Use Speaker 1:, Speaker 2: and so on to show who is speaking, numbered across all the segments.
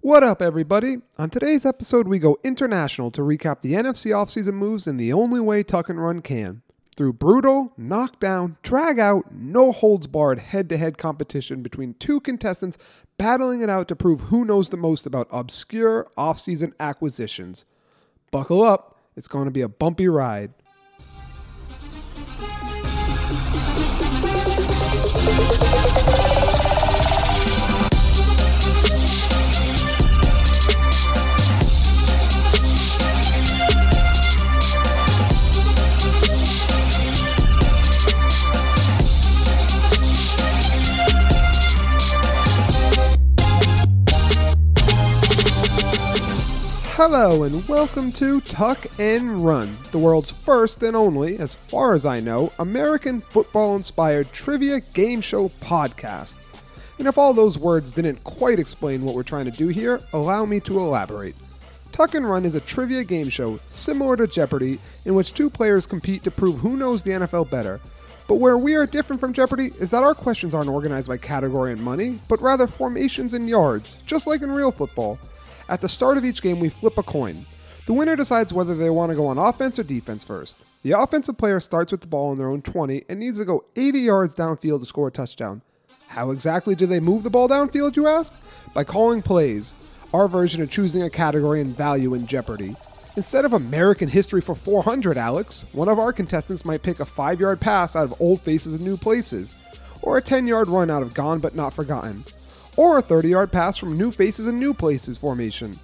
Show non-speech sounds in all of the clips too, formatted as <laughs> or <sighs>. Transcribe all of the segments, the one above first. Speaker 1: What up, everybody? On today's episode, we go international to recap the NFC offseason moves in the only way Tuck and Run can through brutal, knockdown, drag out, no holds barred head to head competition between two contestants battling it out to prove who knows the most about obscure offseason acquisitions. Buckle up, it's going to be a bumpy ride. Hello and welcome to Tuck and Run, the world's first and only, as far as I know, American football inspired trivia game show podcast. And if all those words didn't quite explain what we're trying to do here, allow me to elaborate. Tuck and Run is a trivia game show similar to Jeopardy in which two players compete to prove who knows the NFL better. But where we are different from Jeopardy is that our questions aren't organized by category and money, but rather formations and yards, just like in real football. At the start of each game, we flip a coin. The winner decides whether they want to go on offense or defense first. The offensive player starts with the ball in their own 20 and needs to go 80 yards downfield to score a touchdown. How exactly do they move the ball downfield, you ask? By calling plays, our version of choosing a category and value in Jeopardy. Instead of American History for 400, Alex, one of our contestants might pick a 5 yard pass out of Old Faces and New Places, or a 10 yard run out of Gone But Not Forgotten, or a 30 yard pass from New Faces and New Places formation.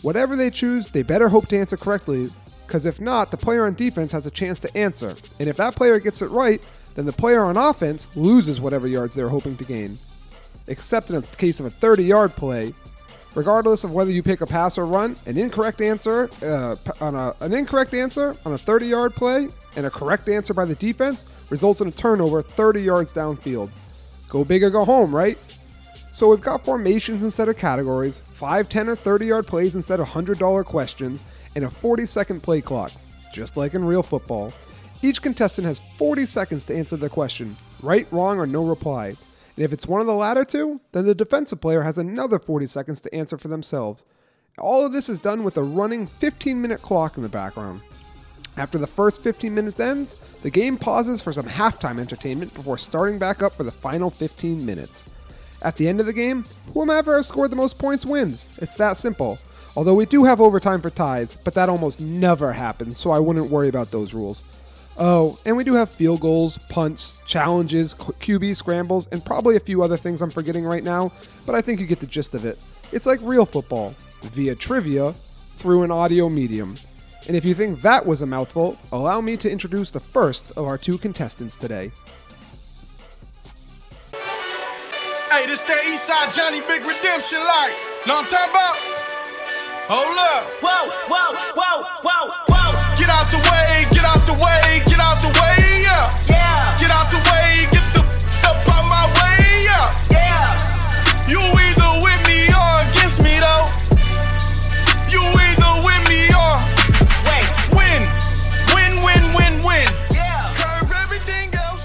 Speaker 1: Whatever they choose, they better hope to answer correctly, because if not, the player on defense has a chance to answer. And if that player gets it right, then the player on offense loses whatever yards they're hoping to gain. Except in the case of a 30 yard play, regardless of whether you pick a pass or run, an incorrect answer uh, p- on a, an incorrect answer on a 30 yard play and a correct answer by the defense results in a turnover 30 yards downfield. Go big or go home, right? So we've got formations instead of categories, 5, 10, or 30 yard plays instead of $100 questions, and a 40 second play clock, just like in real football. Each contestant has 40 seconds to answer the question right, wrong, or no reply. And if it's one of the latter two, then the defensive player has another 40 seconds to answer for themselves. All of this is done with a running 15 minute clock in the background. After the first 15 minutes ends, the game pauses for some halftime entertainment before starting back up for the final 15 minutes. At the end of the game, whomever has scored the most points wins. It's that simple. Although we do have overtime for ties, but that almost never happens, so I wouldn't worry about those rules. Oh, and we do have field goals, punts, challenges, Q- QB scrambles, and probably a few other things I'm forgetting right now, but I think you get the gist of it. It's like real football, via trivia, through an audio medium. And if you think that was a mouthful, allow me to introduce the first of our two contestants today.
Speaker 2: Hey, this that Eastside Johnny Big Redemption like. Know what I'm talking about? Hold up.
Speaker 3: Whoa, whoa, whoa, whoa, whoa.
Speaker 2: Get out the way, get out the way, get out the way, yeah.
Speaker 3: Yeah,
Speaker 2: Get out the way, get the f- up out my way, yeah.
Speaker 3: yeah.
Speaker 2: You either with me or against me, though. You either with me or
Speaker 3: Wait,
Speaker 2: win. Win, win, win, win.
Speaker 3: yeah.
Speaker 2: Curve everything else.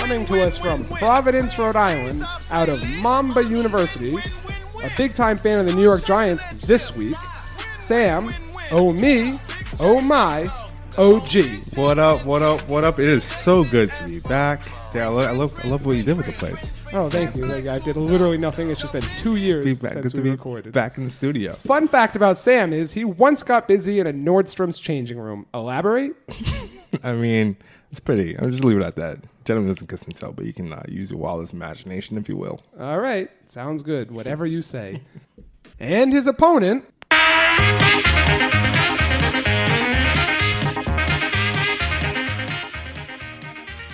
Speaker 2: Win,
Speaker 1: Coming to
Speaker 2: win,
Speaker 1: us from
Speaker 2: win, win.
Speaker 1: Providence, Rhode Island, out of Mamba University, a big time fan of the New York Giants this week, Sam, oh me, oh my, OG.
Speaker 4: What up? What up? What up? It is so good to be back. Yeah, I love, I love, I love what you did with the place.
Speaker 1: Oh, thank you. Like, I did literally nothing. It's just been two years
Speaker 4: Be back.
Speaker 1: since
Speaker 4: good to
Speaker 1: we
Speaker 4: be
Speaker 1: recorded.
Speaker 4: back in the studio.
Speaker 1: Fun fact about Sam is he once got busy in a Nordstrom's changing room. Elaborate?
Speaker 4: I mean, it's pretty. I'll just leave it at that. Gentlemen doesn't kiss and tell, but you can uh, use your wildest imagination if you will.
Speaker 1: All right. Sounds good. Whatever you say. and his opponent,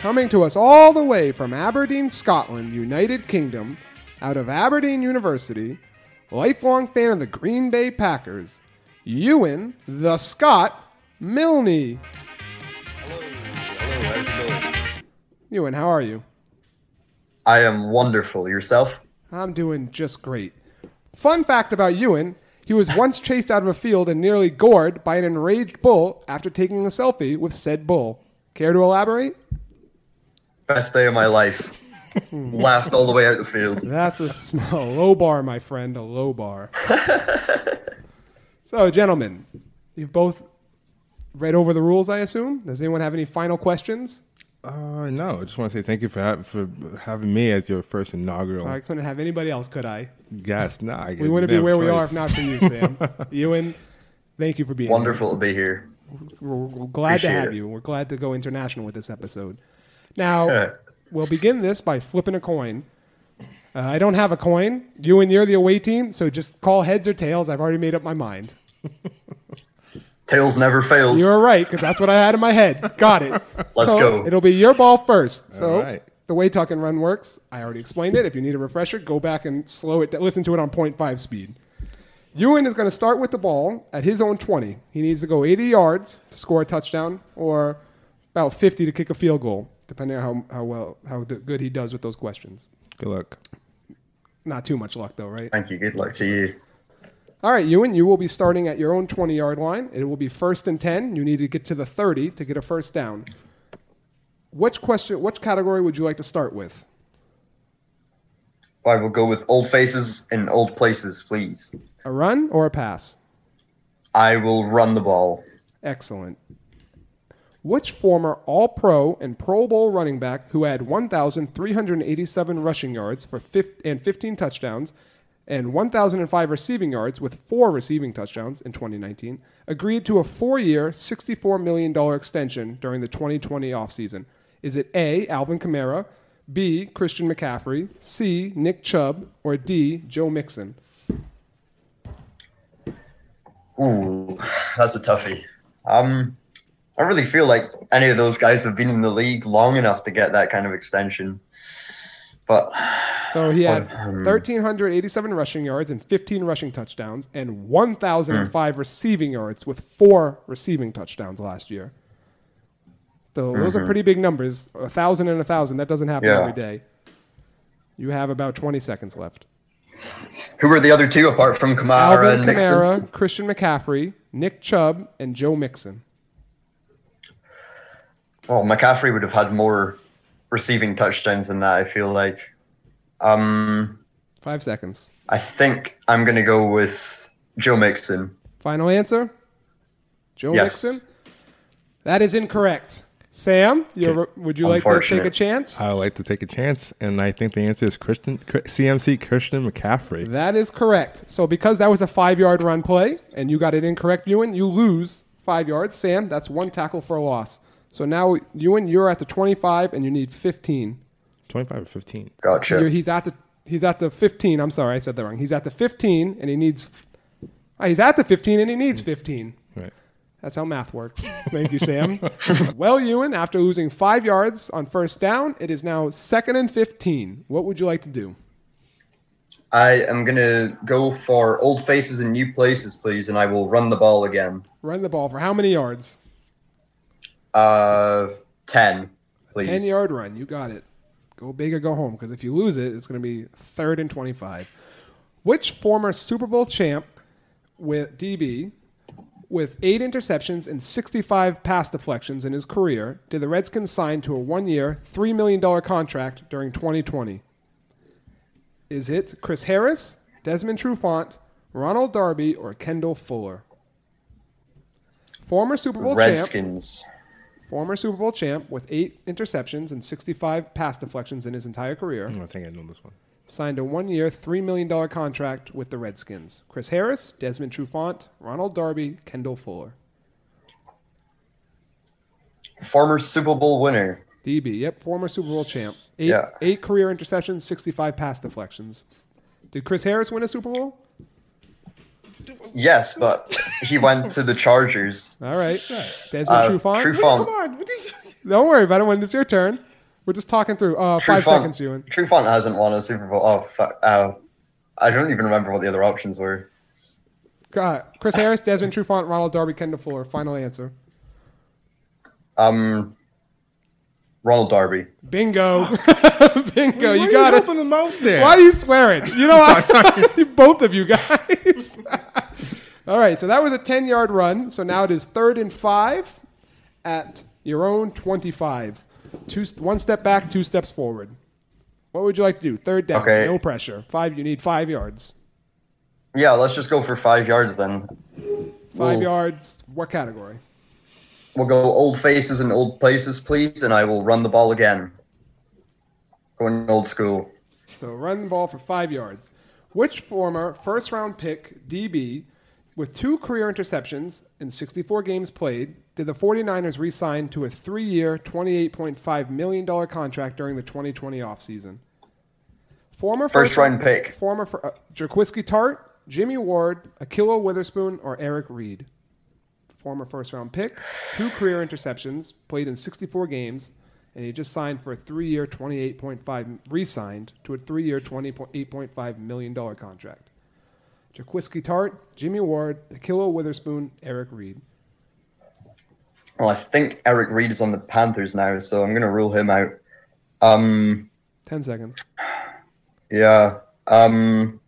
Speaker 1: Coming to us all the way from Aberdeen, Scotland, United Kingdom, out of Aberdeen University, lifelong fan of the Green Bay Packers, Ewan the Scott Milne. Ewan, how are you?
Speaker 5: I am wonderful. Yourself?
Speaker 1: I'm doing just great. Fun fact about Ewan he was once chased out of a field and nearly gored by an enraged bull after taking a selfie with said bull. Care to elaborate? <laughs>
Speaker 5: Best day of my life. laughed all the way out the field.
Speaker 1: That's a, sm- a low bar, my friend, a low bar. so, gentlemen, you've both read over the rules, I assume. Does anyone have any final questions?
Speaker 4: Uh, no, I just want to say thank you for ha- for having me as your first inaugural
Speaker 1: I couldn't have anybody else, could I?
Speaker 4: guest. Nah, I
Speaker 1: We wouldn't be where we are if not for you,
Speaker 4: <laughs>
Speaker 1: Sam. Ewan, thank you for being here.
Speaker 5: Wonderful to be here.
Speaker 1: We're, we're glad to
Speaker 5: Appreciate
Speaker 1: have
Speaker 5: it.
Speaker 1: you. We're glad to go international with this episode. Now,
Speaker 5: Yeah.
Speaker 1: we'll begin this by flipping a coin. Uh, I don't have a coin. You and you're the away team, so just call heads or tails. I've already made up my mind.
Speaker 5: Tails never fails.
Speaker 1: You're right, because that's what I had in my head. Got it.
Speaker 5: <laughs> Let's
Speaker 1: so
Speaker 5: go.
Speaker 1: It'll be your ball first. So
Speaker 4: All right.
Speaker 1: the way tuck and run works, I already explained it. If you need a refresher, go back and slow it. down. Listen to it on 0.5 speed. Ewan is going to start with the ball at his own 20. He needs to go 80 yards to score a touchdown, or about 50 to kick a field goal, depending on how, how well how d- good he does with those questions.
Speaker 4: Good luck.
Speaker 1: Not too much luck, though, right?
Speaker 5: Thank you. Good luck to you.
Speaker 1: All right, Ewan, you will be starting at your own 20 yard line. It will be first and 10. You need to get to the 30 to get a first down. Which question, which category would you like to start with?
Speaker 5: I will go with old faces in old places, please.
Speaker 1: A run or a pass?
Speaker 5: I will run the ball.
Speaker 1: Excellent. Which former All Pro and Pro Bowl running back who had 1,387 rushing yards for fif- and 15 touchdowns and 1,005 receiving yards with four receiving touchdowns in 2019 agreed to a four year, $64 million extension during the 2020 offseason? Is it A, Alvin Kamara, B, Christian McCaffrey, C, Nick Chubb, or D, Joe Mixon?
Speaker 5: Ooh, that's a toughie. Um, I really feel like any of those guys have been in the league long enough to get that kind of extension. But
Speaker 1: So he had
Speaker 5: um,
Speaker 1: 1,387 rushing yards and 15 rushing touchdowns
Speaker 5: Hmm.
Speaker 1: and 1,005 receiving yards with four receiving touchdowns last year. So those are pretty big numbers. A thousand and a thousand. That doesn't happen
Speaker 5: Mm-hmm. Yeah.
Speaker 1: every day. You have about 20 seconds left.
Speaker 5: who were the other two apart from Kamara
Speaker 1: Alvin
Speaker 5: and Nixon?
Speaker 1: Kamara, Christian McCaffrey, Nick Chubb, and Joe Mixon.
Speaker 5: Well, McCaffrey would have had more receiving touchdowns than that. I feel like. Um,
Speaker 1: Five seconds.
Speaker 5: I think I'm gonna go with Joe Mixon.
Speaker 1: Final answer? Joe
Speaker 5: Yes.
Speaker 1: Mixon? That is incorrect. Sam, you're, would you like to take a
Speaker 5: Unfortunate.
Speaker 1: chance?
Speaker 4: I would like to take a chance, and I think the answer is Christian Cr- CMC Christian McCaffrey.
Speaker 1: That is correct. So because that was a five yard run play and you got it incorrect, Ewan, you lose five yards. Sam, that's one tackle for a loss. So now, Ewan, you're at the 25 and you need 15.
Speaker 4: Twenty-five or fifteen.
Speaker 5: Gotcha.
Speaker 1: You're- he's at the he's at the 15. I'm sorry, I said that wrong. He's at the 15 and he needs. f- oh, He's at the 15 and he needs 15.
Speaker 4: Right.
Speaker 1: That's how math works. Thank you, Sam. well, Ewan, after losing five yards on first down, it is now second and 15. What would you like to do?
Speaker 5: I am gonna go for old faces and new places, please, and I will run the ball again.
Speaker 1: Run the ball for how many yards?
Speaker 5: Uh, ten, please.
Speaker 1: 10 yard run. You got it. Go big or go home because if you lose it, it's going to be third and 25. Which former Super Bowl champ with DB with eight interceptions and 65 pass deflections in his career did the Redskins sign to a one year, $3 million contract during 2020? Is it Chris Harris, Desmond Trufant, Ronald Darby, or Kendall Fuller? Former Super Bowl champ
Speaker 5: Redskins.
Speaker 1: former Super Bowl champ with eight interceptions and 65 pass deflections in his entire career,
Speaker 4: I think I know this one.
Speaker 1: signed a one year, $3 million contract with the Redskins. Chris Harris, Desmond Trufant, Ronald Darby, Kendall Fuller.
Speaker 5: Former Super Bowl winner.
Speaker 1: DB, yep, former Super Bowl champ. Eight,
Speaker 5: Yeah.
Speaker 1: eight career interceptions, 65 pass deflections. Did Chris Harris win a Super Bowl?
Speaker 5: Yes, but he went to the
Speaker 1: <laughs>
Speaker 5: Chargers.
Speaker 1: All right. Desmond
Speaker 5: Uh,
Speaker 1: Trufant.
Speaker 5: Trufant.
Speaker 1: Don't worry about it when it's your turn. We're just talking through. Uh, five
Speaker 5: Trufant-
Speaker 1: seconds, Ewan.
Speaker 5: Trufant hasn't won a Super Bowl. Oh, fuck. Oh, I don't even remember what the other options were.
Speaker 1: Uh, Chris Harris, Desmond Trufant, Ronald Darby, Kendall Fuller. Final answer.
Speaker 5: Um, Ronald Darby.
Speaker 1: Bingo. <laughs> Bingo. You
Speaker 4: <laughs> Why
Speaker 1: got it.
Speaker 4: helping them out there?
Speaker 1: Why are you swearing? You know,
Speaker 4: <laughs>
Speaker 1: I, <laughs> both of you guys. <laughs> All right. So that was a 10 yard run. So now it is third and five at your own 25. Two, one step back, two steps forward. What would you like to do? Third down,
Speaker 5: Okay.
Speaker 1: no pressure. Five. You need five yards.
Speaker 5: Yeah, let's just go for five yards then.
Speaker 1: Five
Speaker 5: Ooh.
Speaker 1: yards. What category?
Speaker 5: We'll go old faces and old places, please, and I will run the ball again. Going old school.
Speaker 1: So run the ball for five yards. Which former first round pick, DB, with two career interceptions in 64 games played, did the 49ers re sign to a three year, $28.5 million contract during the 2020 offseason? Former
Speaker 5: First round pick.
Speaker 1: Former fir- uh, Jaquiski Tart, Jimmy Ward, Akilah Witherspoon, or Eric Reed? Former first round pick, two career interceptions, played in 64 games, and he just signed for a three year, 28.5 re signed to a three year, $28.5 million contract. Jaquiski Tart, Jimmy Ward, Akilah Witherspoon, Eric Reed.
Speaker 5: Well, I think Eric Reed is on the Panthers now, so I'm going to rule him out. Um,
Speaker 1: 10 seconds.
Speaker 5: yeah. Um,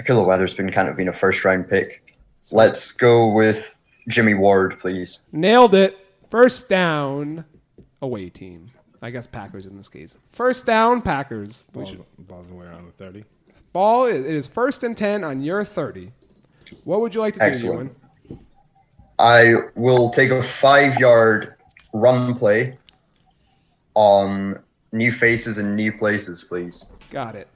Speaker 5: Akilah Weatherspoon can't have been a first round pick. Let's go with Jimmy Ward, please.
Speaker 1: Nailed it. First down, away team. I guess Packers in this case. First down, Packers. We
Speaker 4: Balls,
Speaker 1: should
Speaker 4: balls away around the 30.
Speaker 1: Ball, it it is first and 10 on your 30. What would you like to do,
Speaker 5: Excellent.
Speaker 1: Ewan?
Speaker 5: I will take a five yard run play on new faces and new places, please.
Speaker 1: Got it.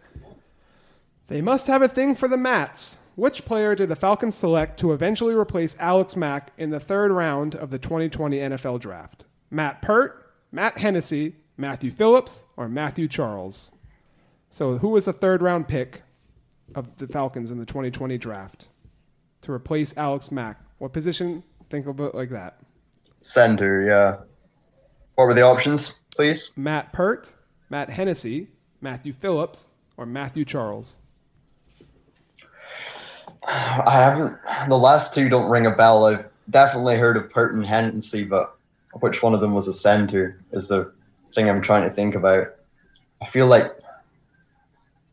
Speaker 1: They must have a thing for the Mats. Which player did the Falcons select to eventually replace Alex Mack in the third round of the 2020 NFL Draft? Matt Pert, Matt Hennessy, Matthew Phillips, or Matthew Charles? So, who was the third round pick of the Falcons in the 2020 draft to replace Alex Mack? What position? Think of it like that.
Speaker 5: Center, yeah. What were the options, please?
Speaker 1: Matt Pert, Matt Hennessy, Matthew Phillips, or Matthew Charles?
Speaker 5: I haven't. The last two don't ring a bell. I've definitely heard of Pert and Hennessy, but which one of them was a center is the thing I'm trying to think about. I feel like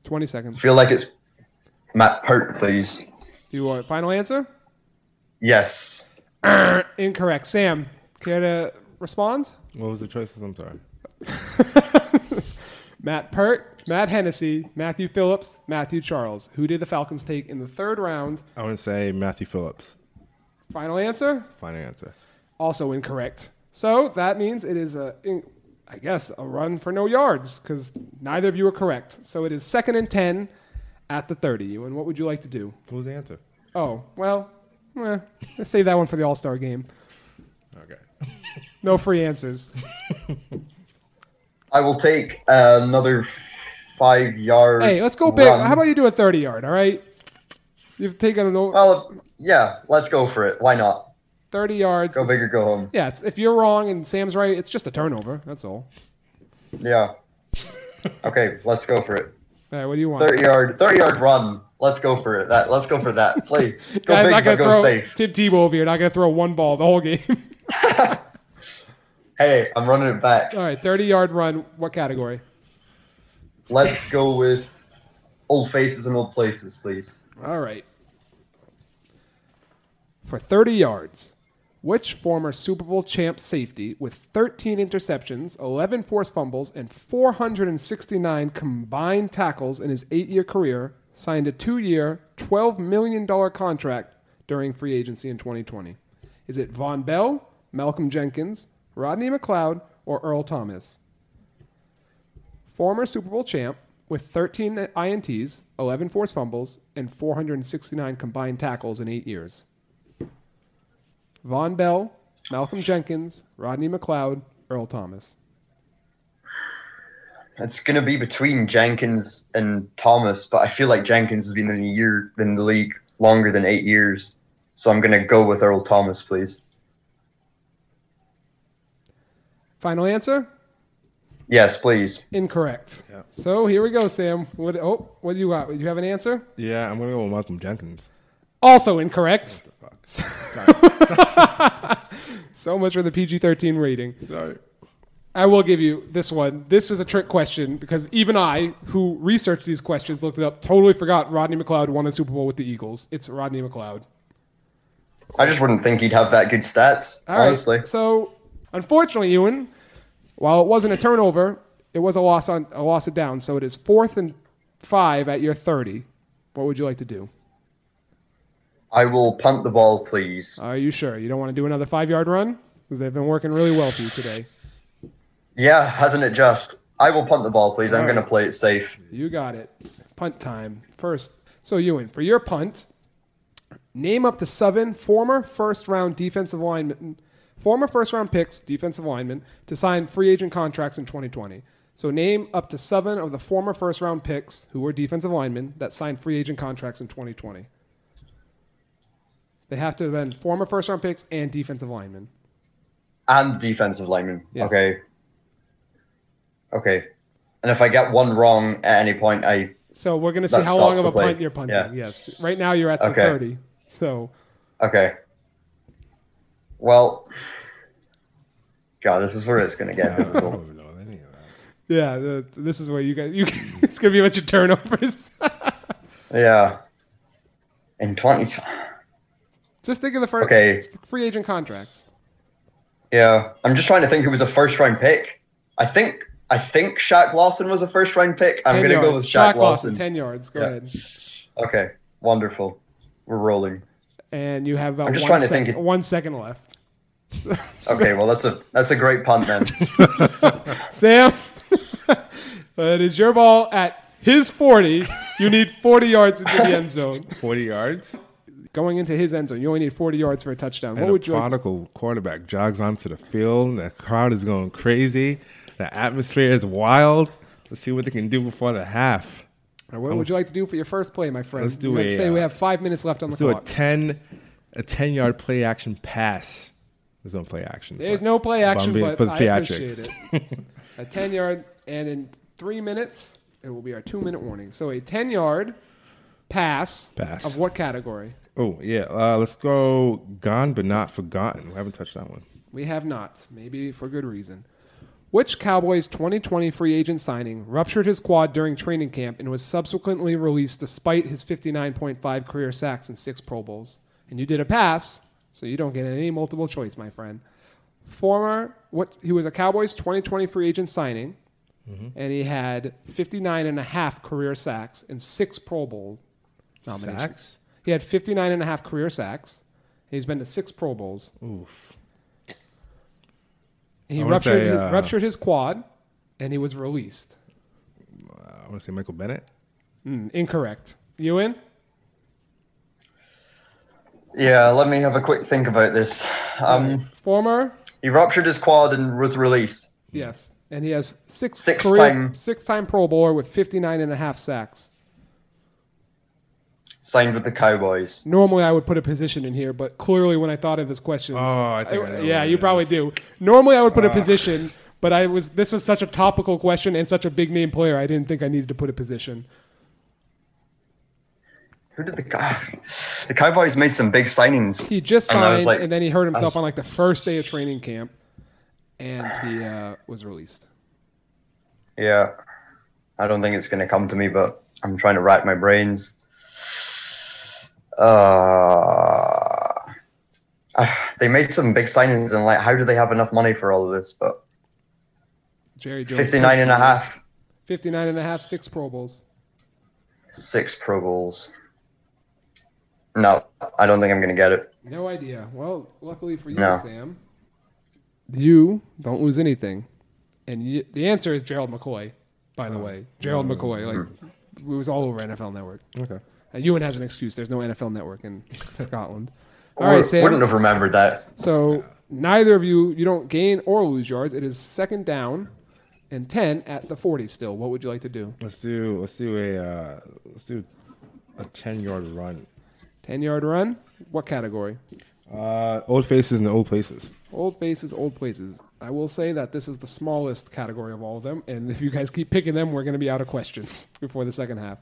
Speaker 1: 20 seconds.
Speaker 5: feel like it's Matt Pert, please.
Speaker 1: You want a final answer?
Speaker 5: Yes.
Speaker 1: Incorrect. Sam, care to respond? <laughs>
Speaker 4: What was the choices? I'm sorry.
Speaker 1: Matt Pert, Matt Hennessy, Matthew Phillips, Matthew Charles. Who did the Falcons take in the third round?
Speaker 4: I want to say Matthew Phillips.
Speaker 1: Final answer?
Speaker 4: Final answer.
Speaker 1: Also incorrect. So that means it is a, in- I guess, a run for no yards because neither of you are correct. So it is second and 10 at the 30. And what would you like to do?
Speaker 4: What was the answer?
Speaker 1: Oh, well, eh, let's save that one for the All Star game.
Speaker 4: Okay.
Speaker 1: No free
Speaker 5: <laughs>
Speaker 1: answers.
Speaker 5: I will take another five yard.
Speaker 1: Hey, let's go big.
Speaker 5: run.
Speaker 1: How about you do a 30 yard, all right? You've taken an old
Speaker 5: Well, yeah, let's go for it. Why not?
Speaker 1: 30 yards.
Speaker 5: Go
Speaker 1: It's-
Speaker 5: big or go home.
Speaker 1: Yeah, it's, if you're wrong and Sam's right, it's just a turnover. That's all.
Speaker 5: Yeah. Okay, let's go for it.
Speaker 1: All right, what do you want?
Speaker 5: Thirty yard, thirty yard run. Let's go for it. That. Let's go for
Speaker 1: <laughs>
Speaker 5: that. Play. Go
Speaker 1: Guys, not
Speaker 5: big, but
Speaker 1: gonna
Speaker 5: go
Speaker 1: throw
Speaker 5: safe.
Speaker 1: Tim Tebow over here. Not gonna throw one ball the whole <laughs> game.
Speaker 5: Hey, I'm running it back.
Speaker 1: all right, 30 yard run. What category?
Speaker 5: Let's go with old faces and old places, please.
Speaker 1: All right. For 30 yards, which former Super Bowl champ safety with 13 interceptions, 11 forced fumbles, and 469 combined tackles in his eight year career signed a two year, $12 million contract during free agency in 2020? Is it Von Bell, Malcolm Jenkins, Rodney McLeod, or Earl Thomas? former Super Bowl champ with 13 INTs, 11 forced fumbles, and 469 combined tackles in eight years. Von Bell, Malcolm Jenkins, Rodney McLeod, Earl Thomas.
Speaker 5: It's gonna be between Jenkins and Thomas, but I feel like Jenkins has been in the year in the league longer than eight years, so I'm gonna go with Earl Thomas, please.
Speaker 1: Final answer?
Speaker 5: Yes, please.
Speaker 1: Incorrect.
Speaker 4: Yeah.
Speaker 1: So here we go, Sam. What? Oh, what do you got? Do you have an answer?
Speaker 4: <laughs> Yeah, I'm gonna go with Malcolm Jenkins.
Speaker 1: Also incorrect.
Speaker 4: <laughs> Fuck.
Speaker 1: So much for the PG-13 rating.
Speaker 4: Sorry.
Speaker 1: I will give you this one. This is a trick question because even I, who researched these questions, looked it up, totally forgot Rodney McLeod won a Super Bowl with the Eagles. It's Rodney McLeod.
Speaker 5: I just wouldn't think he'd have that good stats,
Speaker 1: All right.
Speaker 5: honestly.
Speaker 1: So, unfortunately, Ewan, while it wasn't a turnover, It was a loss on a loss of down, so it is fourth and five at your thirty. What would you like to do?
Speaker 5: I will punt the ball, please.
Speaker 1: Are you sure you don't want to do another five yard run? Because they've been working really well for you today.
Speaker 5: Yeah, hasn't it just? I will punt the ball, please. I'm going to play it safe.
Speaker 1: You got it. Punt time. First. So, Ewan, for your punt, name up to seven former first round defensive linemen, former first round picks, defensive linemen, to sign free agent contracts in 2020. So, name up to seven of the former first round picks who were defensive linemen that signed free agent contracts in 2020. They have to have been former first round picks and defensive linemen.
Speaker 5: And defensive lineman.
Speaker 1: Yes.
Speaker 5: Okay. Okay. And if I get one wrong at any point, I
Speaker 1: So, we're going to see
Speaker 5: That
Speaker 1: how long
Speaker 5: stops
Speaker 1: of a
Speaker 5: the play.
Speaker 1: punt you're punting.
Speaker 5: Yeah.
Speaker 1: Yes. Right now, you're at the
Speaker 5: Okay.
Speaker 1: 30. So,
Speaker 5: okay. Well, God, this is where it's going to get difficult.
Speaker 4: don't know any of that.
Speaker 1: Yeah, the, this is where you guys. You <laughs> it's gonna be a bunch of turnovers. <laughs>
Speaker 5: Yeah. In 20.
Speaker 1: Just think of the first
Speaker 5: Okay.
Speaker 1: free agent contracts.
Speaker 5: Yeah. I'm just trying to think who was a first round pick. I think. I think Shaq Lawson was a first round pick. I'm
Speaker 1: 10
Speaker 5: going to go
Speaker 1: yards.
Speaker 5: with Shaq, Lawson.
Speaker 1: Ten yards. Go
Speaker 5: Yeah.
Speaker 1: ahead.
Speaker 5: Okay. Wonderful. We're rolling.
Speaker 1: And you have about
Speaker 5: I'm just
Speaker 1: one,
Speaker 5: trying to think
Speaker 1: sec-
Speaker 5: it-
Speaker 1: one second left. <laughs> So- so-
Speaker 5: Okay, well that's a that's a great punt then.
Speaker 1: Sam, <laughs> it is your ball at his forty. You need forty yards into the end
Speaker 5: <laughs>
Speaker 1: zone.
Speaker 4: Forty yards.
Speaker 1: Going into his end zone, you only need forty yards for a touchdown.
Speaker 4: And
Speaker 1: what
Speaker 4: a
Speaker 1: would you? Like,
Speaker 4: prodigal quarterback jogs onto the field. and The crowd is going crazy. The atmosphere is wild. Let's see what they can do before the half.
Speaker 1: or what would you like to do for your first play, my friend?
Speaker 4: Let's do
Speaker 1: Let's
Speaker 4: a,
Speaker 1: say we
Speaker 4: uh,
Speaker 1: have five minutes left on
Speaker 4: Let's
Speaker 1: the
Speaker 4: do a
Speaker 1: clock.
Speaker 4: 10, a 10 yard play action pass. There's no play action.
Speaker 1: There's
Speaker 4: but-
Speaker 1: no play action,
Speaker 4: being-
Speaker 1: but
Speaker 4: for the
Speaker 1: I
Speaker 4: theatrics.
Speaker 1: appreciate
Speaker 4: <laughs>
Speaker 1: it. a 10 yard, and in three minutes, it will be our two minute warning. So a 10 yard pass,
Speaker 4: Pass.
Speaker 1: of what category?
Speaker 4: Oh, yeah. Uh, let's go gone but not forgotten. We haven't touched that one.
Speaker 1: We have not, maybe for good reason. Which Cowboys 2020 free agent signing ruptured his quad during training camp and was subsequently released despite his 59.5 career sacks and six Pro Bowls? And you did a pass, so you don't get any multiple choice, my friend. Former, what he was a Cowboys 2020 free agent signing, and he had 59 and a half career sacks and six Pro Bowl nominations.
Speaker 4: Sacks?
Speaker 1: He had 59 and a half career sacks. He's been to six Pro Bowls.
Speaker 4: Oof.
Speaker 1: He
Speaker 4: I wanna
Speaker 1: ruptured,
Speaker 4: say,
Speaker 1: his,
Speaker 4: uh,
Speaker 1: ruptured his quad, and he was released.
Speaker 4: I want to say Michael Bennett.
Speaker 1: Mm, incorrect. Ewan,
Speaker 5: yeah, let me have a quick think about this. Um,
Speaker 1: former,
Speaker 5: he ruptured his quad and was released.
Speaker 1: yes, and he has six
Speaker 5: Six
Speaker 1: career,
Speaker 5: time-
Speaker 1: six-time Pro Bowler with 59 and a half sacks.
Speaker 5: Signed with the Cowboys.
Speaker 1: Normally, I would put a position in here, but clearly, when I thought of this question,
Speaker 4: Oh, I think.
Speaker 1: I- yeah, you probably do. Normally, I would
Speaker 4: Uh.
Speaker 1: put a position, but I was this was such a topical question and such a big name player, I didn't think I needed to put a position.
Speaker 5: Who did the guy? <sighs> The Cowboys made some big signings.
Speaker 1: He just
Speaker 5: And I was
Speaker 1: signed,
Speaker 5: like-
Speaker 1: and then he hurt himself on like the first day of training camp, and he uh, was released.
Speaker 5: Yeah, I don't think it's going to come to me, but I'm trying to rack my brains. Uh, <sighs> they made some big signings, and like, how do they have enough money for all of this? But
Speaker 1: Jerry Jones,
Speaker 5: 59 and a
Speaker 1: Pittsburgh.
Speaker 5: half,
Speaker 1: 59 and a half, six Pro Bowls.
Speaker 5: six Pro Bowls. No, I don't think I'm going to get it.
Speaker 1: No idea. Well, luckily for you,
Speaker 5: No.
Speaker 1: Sam, you don't lose anything. And you, the answer is Gerald McCoy, by the way. Gerald McCoy. Like, it was all over NFL Network.
Speaker 4: Okay.
Speaker 1: And Ewan has an excuse. There's no NFL Network in Scotland. All
Speaker 5: All
Speaker 1: right, Sam.
Speaker 5: Wouldn't have remembered that.
Speaker 1: So neither of you, you don't gain or lose yards. It is second down and 10 at the 40 still. What would you like to do?
Speaker 4: Let's do. Let's do a. Uh, let's do a ten yard run.
Speaker 1: 10 yard run? What category?
Speaker 4: Uh, old faces in the old places.
Speaker 1: Old faces, old places. I will say that this is the smallest category of all of them, and if you guys keep picking them, we're going to be out of questions <laughs> before the second half.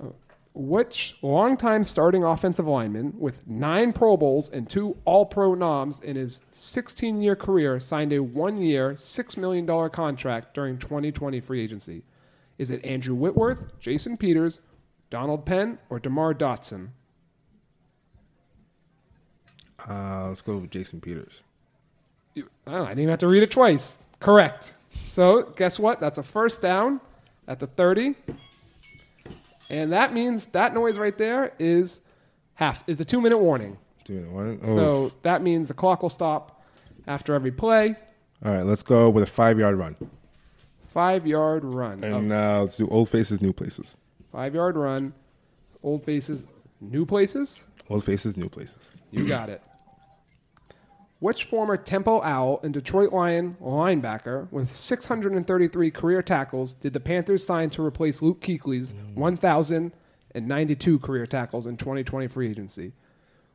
Speaker 1: Uh, Which longtime starting offensive lineman with nine Pro Bowls and two All Pro noms in his 16 year career signed a one year, $6 million contract during 2020 free agency? Is it Andrew Whitworth, Jason Peters, Donald Penn, or DeMar Dotson?
Speaker 4: Uh, let's go with Jason Peters.
Speaker 1: Ah, You- oh, I didn't even have to read it twice. Correct. So guess what? That's a first down at the 30. And that means that noise right there is half is the two minute warning.
Speaker 4: Doing one.
Speaker 1: So that means the clock will stop after every play.
Speaker 4: all right, let's go with a five yard run,
Speaker 1: Five yard run.
Speaker 4: and uh, let's do old faces, new places.
Speaker 1: Five yard run. Old faces, new places.
Speaker 4: Old faces, new places.
Speaker 1: You got it. Which former Temple Owl and Detroit Lion linebacker with 633 career tackles did the Panthers sign to replace Luke Kuechly's 1,092 career tackles in 2020 free agency?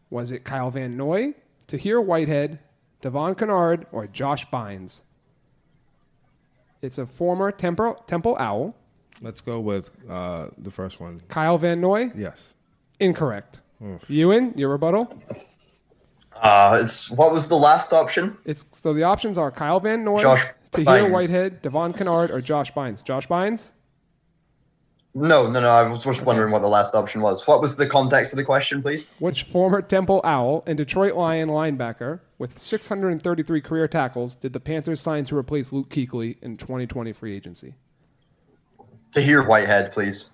Speaker 1: Was it Kyle Van Noy, Tahir Whitehead, Devon Kennard, or Josh Bynes? It's a former Temple, Temple Owl.
Speaker 4: Let's go with uh, the first one.
Speaker 1: Kyle Van Noy?
Speaker 4: Yes.
Speaker 1: Incorrect. Ewan, your rebuttal?
Speaker 5: Uh, it's what was the last option?
Speaker 1: It's so the options are Kyle Van Noy,
Speaker 5: Josh
Speaker 1: Tahir
Speaker 5: Bynes.
Speaker 1: Whitehead, Devon Kennard, or Josh Bynes. Josh Bynes.
Speaker 5: No, no, no. I was just wondering what the last option was. What was the context of the question, please?
Speaker 1: Which former Temple Owl and Detroit Lion linebacker with 633 career tackles did the Panthers sign to replace Luke Kuechly in 2020 free agency?
Speaker 5: To hear Whitehead, please.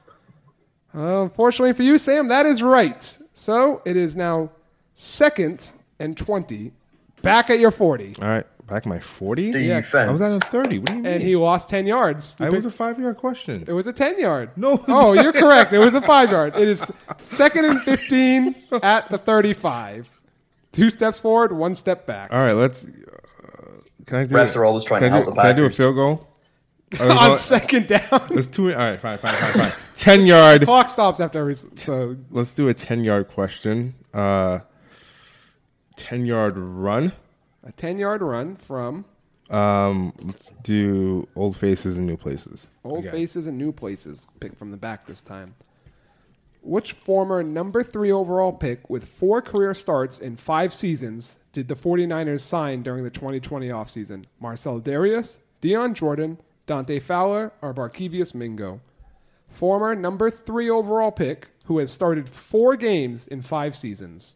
Speaker 1: Uh, unfortunately for you, Sam, that is right. So it is now second and 20, back at your 40,
Speaker 4: All right, back my forty.
Speaker 5: The
Speaker 1: Yeah.
Speaker 4: I was
Speaker 5: defense.
Speaker 4: at a thirty. What do you mean?
Speaker 1: and he lost 10 yards.
Speaker 4: I was a five yard question.
Speaker 1: It was a 10 yard.
Speaker 4: No, it was
Speaker 1: Oh,
Speaker 4: not.
Speaker 1: you're correct. It was a five yard. It is second and 15 at the 35. Two steps forward, one step back.
Speaker 4: All right, let's. Uh, can I do?
Speaker 5: Refs are always trying
Speaker 4: can
Speaker 5: to
Speaker 4: I
Speaker 5: help
Speaker 4: do,
Speaker 5: the
Speaker 4: Can I do a
Speaker 5: Packers.
Speaker 4: field goal?
Speaker 1: <laughs> On
Speaker 4: Let's
Speaker 1: second down. <laughs>
Speaker 4: two. All right, fine, fine, fine, <laughs> fine. ten yard.
Speaker 1: Clock stops after every. So
Speaker 4: Let's do a ten yard question. Uh, ten yard run.
Speaker 1: a 10 yard run from
Speaker 4: Um, let's do old faces and new places.
Speaker 1: old
Speaker 4: Again.
Speaker 1: faces and new places. Pick from the back this time. Which former number three overall pick with four career starts in five seasons did the 49ers sign during the 2020 offseason? Marcel Darius, Deion Jordan, Dante Fowler, or Barkevius Mingo? Former number three overall pick who has started four games in five seasons.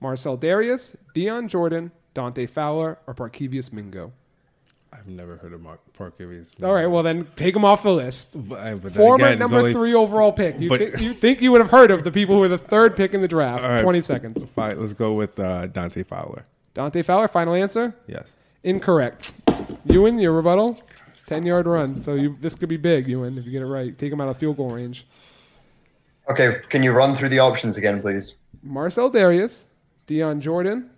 Speaker 1: Marcel Darius, Deion Jordan, Dante Fowler, or Barkevius Mingo?
Speaker 4: I've never heard of Mark Parkivis.
Speaker 1: All right, well, then take them off the list.
Speaker 4: But, uh, but then
Speaker 1: Former
Speaker 4: again, it's
Speaker 1: number
Speaker 4: only-
Speaker 1: three overall pick. You,
Speaker 4: but-
Speaker 1: think, you think you would have heard of the people who were the third pick in the draft.
Speaker 4: All right.
Speaker 1: 20 seconds.
Speaker 4: Fine, let's go with uh, Dante Fowler.
Speaker 1: Dante Fowler, final answer?
Speaker 4: Yes.
Speaker 1: Incorrect. Ewan, your rebuttal? 10 yard run. So you, this could be big, Ewan, if you get it right. Take him out of field goal range.
Speaker 5: Okay, can you run through the options again, please?
Speaker 1: Marcel Darius, Deion Jordan,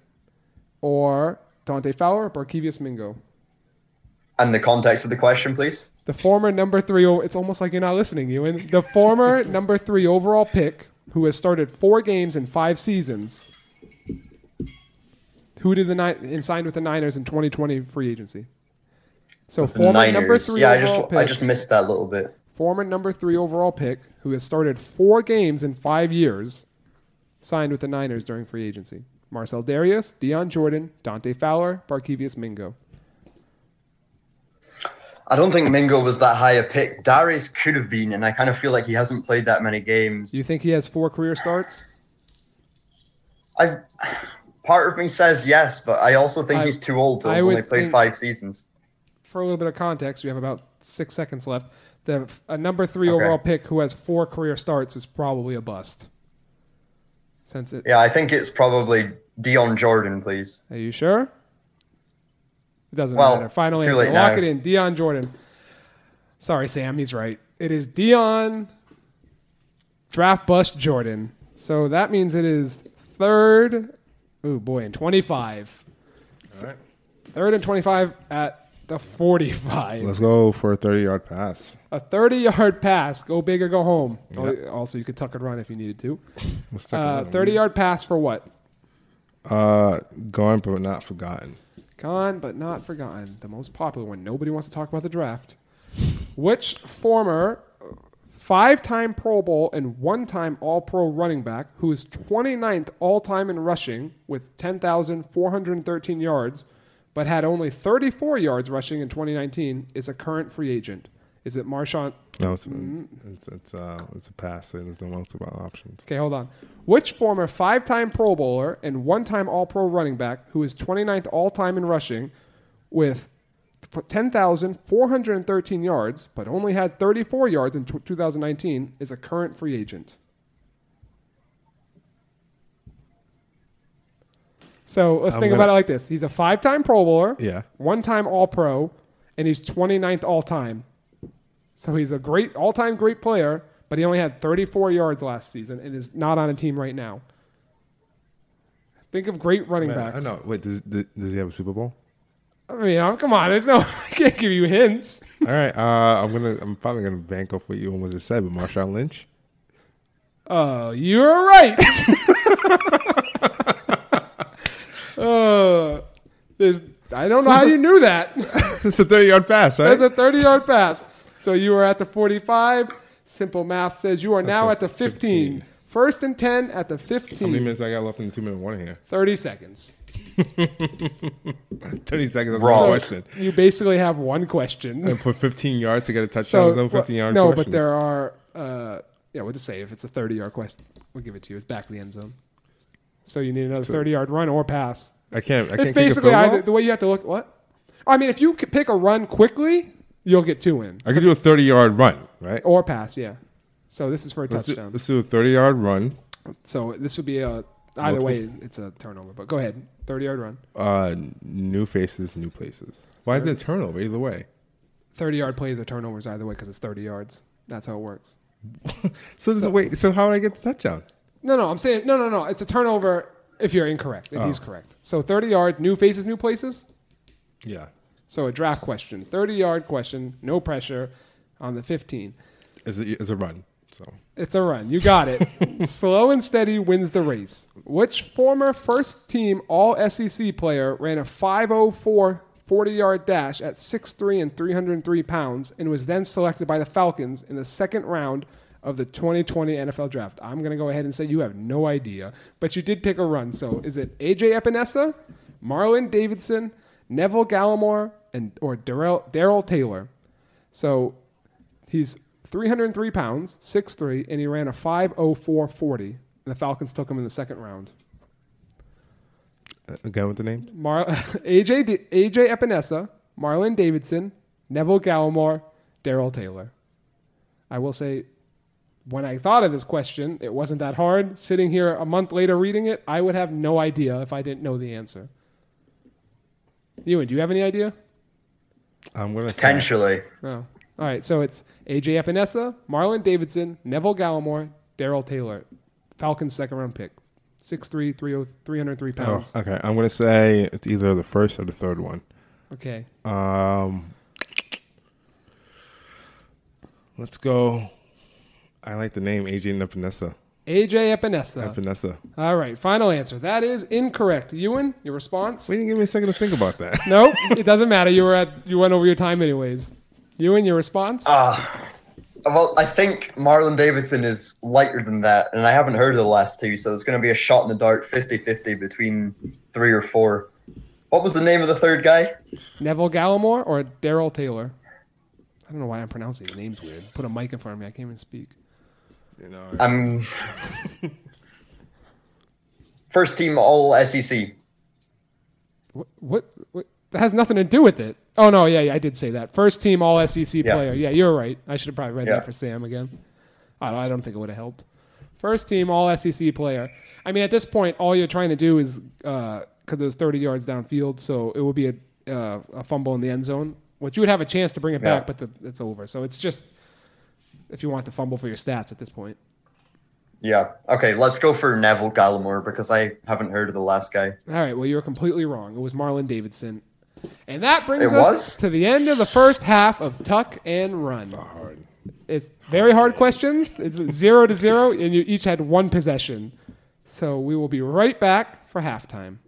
Speaker 1: or Dante Fowler, or Barkevius Mingo.
Speaker 5: And the context of the question, please.
Speaker 1: The former number three, o- it's almost like you're not listening, Ewan. The
Speaker 5: <laughs>
Speaker 1: former number three overall pick, who has started four games in five seasons, who did the ni- and signed with the Niners in 2020 free agency. So
Speaker 5: The
Speaker 1: former number
Speaker 5: Niners.
Speaker 1: three
Speaker 5: yeah, I
Speaker 1: overall
Speaker 5: just
Speaker 1: pick,
Speaker 5: I just missed that little bit.
Speaker 1: former number three overall pick, who has started four games in five years, signed with the Niners during free agency. Marcel Darius, Deion Jordan, Dante Fowler, Barkevius Mingo.
Speaker 5: I don't think Mingo was that high a pick. Darius could have been, and I kind of feel like he hasn't played that many games.
Speaker 1: Do you think he has four career starts?
Speaker 5: I part of me says yes, but I also think
Speaker 1: I-
Speaker 5: he's too old to
Speaker 1: I
Speaker 5: have
Speaker 1: would
Speaker 5: only play
Speaker 1: think-
Speaker 5: five seasons.
Speaker 1: for a little bit of context, you have about six seconds left. The a number three
Speaker 5: Okay.
Speaker 1: overall pick who has four career starts is probably a bust. Since it,
Speaker 5: Yeah, I think it's probably Dion Jordan, please.
Speaker 1: are you sure? It doesn't
Speaker 5: Well,
Speaker 1: matter. Final
Speaker 5: too
Speaker 1: answer.
Speaker 5: late
Speaker 1: Lock
Speaker 5: now.
Speaker 1: it in. Dion Jordan. Sorry, Sam. He's right. It is Dion draft bust Jordan. So that means it is third. Oh boy, and twenty-five.
Speaker 4: All right.
Speaker 1: Third and twenty-five at the forty-five.
Speaker 4: Let's go for a 30 yard pass.
Speaker 1: a 30 yard pass, go big or go home. Oh, Also, you could tuck and run if you needed to.
Speaker 4: Let's take
Speaker 1: Uh,
Speaker 4: another
Speaker 1: 30 yard pass for what?
Speaker 4: one. Uh, gone but not forgotten.
Speaker 1: Gone but not forgotten. The most popular one. Nobody wants to talk about the draft. Which former five time Pro Bowl and one time All Pro running back, who is 29th all time in rushing with 10,413 yards, but had only 34 yards rushing in 2019, is a current free agent? Is it Marshawn
Speaker 4: No, it's
Speaker 1: Mm-hmm.
Speaker 4: it's it's, uh, it's a pass. So there's no else about options.
Speaker 1: Okay, hold on. Which former five time Pro Bowler and one time All Pro running back, who is 29th all time in rushing with for 10,413 yards, but only had 34 yards in tw 2019, is a current free agent. So let's
Speaker 4: I'm
Speaker 1: think
Speaker 4: gonna-
Speaker 1: about it like this. He's a five time Pro Bowler,
Speaker 4: Yeah.
Speaker 1: one time All Pro, and he's 29th all time. So he's a great, all time great player, but he only had 34 yards last season and is not on a team right now. Think of great running
Speaker 4: Man,
Speaker 1: backs.
Speaker 4: I know. Wait, does, does does he have a Super Bowl? <laughs>
Speaker 1: I mean, I'm- come on. There's no. <laughs> I can't give you hints.
Speaker 4: All right, uh, I'm gonna. I'm probably gonna bank off what you almost just said, but Marshawn Lynch. <laughs>
Speaker 1: Oh, you're right. <laughs> uh, there's. I don't know how you knew that. <laughs>
Speaker 4: it's a 30 yard pass, right?
Speaker 1: That's a 30 yard pass. So you are at the 45. Simple math says you are now
Speaker 4: Okay,
Speaker 1: at the 15.
Speaker 4: 15.
Speaker 1: First and 10 at the
Speaker 4: How many
Speaker 1: 15.
Speaker 4: minutes I got left in the two minute warning here? <laughs>
Speaker 1: 30 seconds.
Speaker 4: 30 seconds. That's
Speaker 5: Wrong.
Speaker 4: a question.
Speaker 1: Oh, You basically have one question.
Speaker 4: And for 15 yards to get a touchdown,
Speaker 1: So,
Speaker 4: there's no 15 yard
Speaker 1: no, but
Speaker 4: questions.
Speaker 1: there are. Uh, yeah, we'll just say if it's a 30 yard question, we'll give it to you. It's back of the end zone. So you need another 30 yard run or pass.
Speaker 4: I can't. I
Speaker 1: It's
Speaker 4: can't kick a
Speaker 1: basically
Speaker 4: field
Speaker 1: either,
Speaker 4: goal?
Speaker 1: the way you have to look. What? I mean, if you c- pick a run quickly, you'll get two in
Speaker 4: I could do a 30 yard run, right?
Speaker 1: or pass. Yeah. So this is for a
Speaker 4: Let's do,
Speaker 1: Oh, touchdown.
Speaker 4: let's do a 30 yard run.
Speaker 1: so this would be a either way. It's a turnover. But go ahead, thirty yard run,
Speaker 4: Uh, new faces, new places. Why is it a turnover either way?
Speaker 1: thirty yard plays or turnovers either way because it's thirty yards. That's how it works.
Speaker 4: So, this is wait. So how would I get the touchdown?
Speaker 1: No, no, I'm saying no, no, no. It's a turnover if you're incorrect. If he's correct. So thirty yard, new faces, new places.
Speaker 4: Yeah.
Speaker 1: So a draft question, thirty yard question, no pressure on the fifteen.
Speaker 4: As a, as a run. So
Speaker 1: It's a run. You got it. Slow and steady wins the race. Which former first team All SEC player ran a 504 40 yard dash at 6'3 and 303 pounds and was then selected by the Falcons in the second round of the 2020 NFL draft? I'm going to go ahead and say you have no idea, but you did pick a run. So is it AJ Epinesa, Marlon Davidson, Neville Gallimore, and, or Darrell Darrell Taylor? So he's 303 pounds, 6'3, and he ran a 5.04.40. And the Falcons took him in the second round.
Speaker 4: uh, again with the name.
Speaker 1: Mar- <laughs> AJ, D- AJ Epinesa, Marlon Davidson, Neville Gallimore, Daryl Taylor. I will say, when I thought of this question, it wasn't that hard. Sitting here a month later reading it, I would have no idea if I didn't know the answer. Ewan, do you have any idea?
Speaker 4: I'm gonna say
Speaker 5: Potentially.
Speaker 1: Oh. All right. So it's AJ Epinesa, Marlon Davidson, Neville Gallimore, Daryl Taylor. Falcons second round pick. 6'3, 30 303
Speaker 4: Oh,
Speaker 1: pounds.
Speaker 4: okay. I'm gonna say it's either the first or the third one.
Speaker 1: Okay.
Speaker 4: Um, let's go. I like the name AJ Epinesa.
Speaker 1: AJ Epinesa.
Speaker 4: Epinesa.
Speaker 1: All right. Final answer. That is incorrect. Ewan, your response?
Speaker 4: We didn't give me a second to think about that.
Speaker 1: Nope. it doesn't matter. You were at you went over your time anyways. Ewan, your response?
Speaker 5: Ah, well, I think Marlon Davidson is lighter than that, and I haven't heard of the last two, so it's going to be a shot in the dark 50 50 between three or four. What was the name of the third guy?
Speaker 1: Neville Gallimore or Daryl Taylor? I don't know why I'm pronouncing these names weird. Put a mic in front of me. I can't even speak.
Speaker 4: You know,
Speaker 5: I'm. First team all E SEC.
Speaker 1: What, what, what? That has nothing to do with it. Oh no, yeah, yeah, I did say that. First team All SEC
Speaker 5: Yeah.
Speaker 1: player. Yeah, you're right. I should have probably read
Speaker 5: Yeah.
Speaker 1: that for Sam again. I don't, I don't think it would have helped. First team All SEC player. I mean, at this point, all you're trying to do is because there's 30 yards downfield, so it would be a, uh, a fumble in the end zone, which you would have a chance to bring it
Speaker 5: Yeah.
Speaker 1: back, but the, it's over. So it's just if you want to fumble for your stats at this point.
Speaker 5: Yeah. Okay, let's go for Neville Gallimore because I haven't heard of the last guy.
Speaker 1: All right. Well, you're completely wrong. It was Marlon Davidson. And that brings
Speaker 5: It
Speaker 1: us
Speaker 5: was?
Speaker 1: to the end of the first half of Tuck and Run.
Speaker 4: hard.
Speaker 1: It's very hard questions. It's zero to zero, and you each had one possession. So we will be right back for halftime.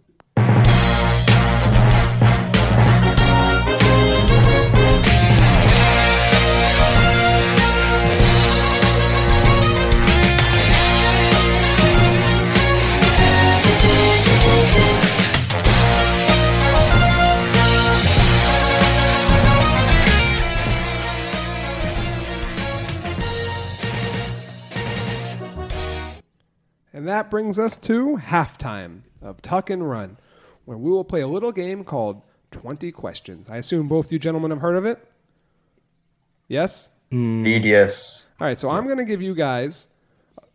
Speaker 1: And that brings us to halftime of Tuck and Run, where we will play a little game called 20 questions. I assume both you gentlemen have heard of it? Yes?
Speaker 5: BDS.
Speaker 1: All right, so I'm going to give you guys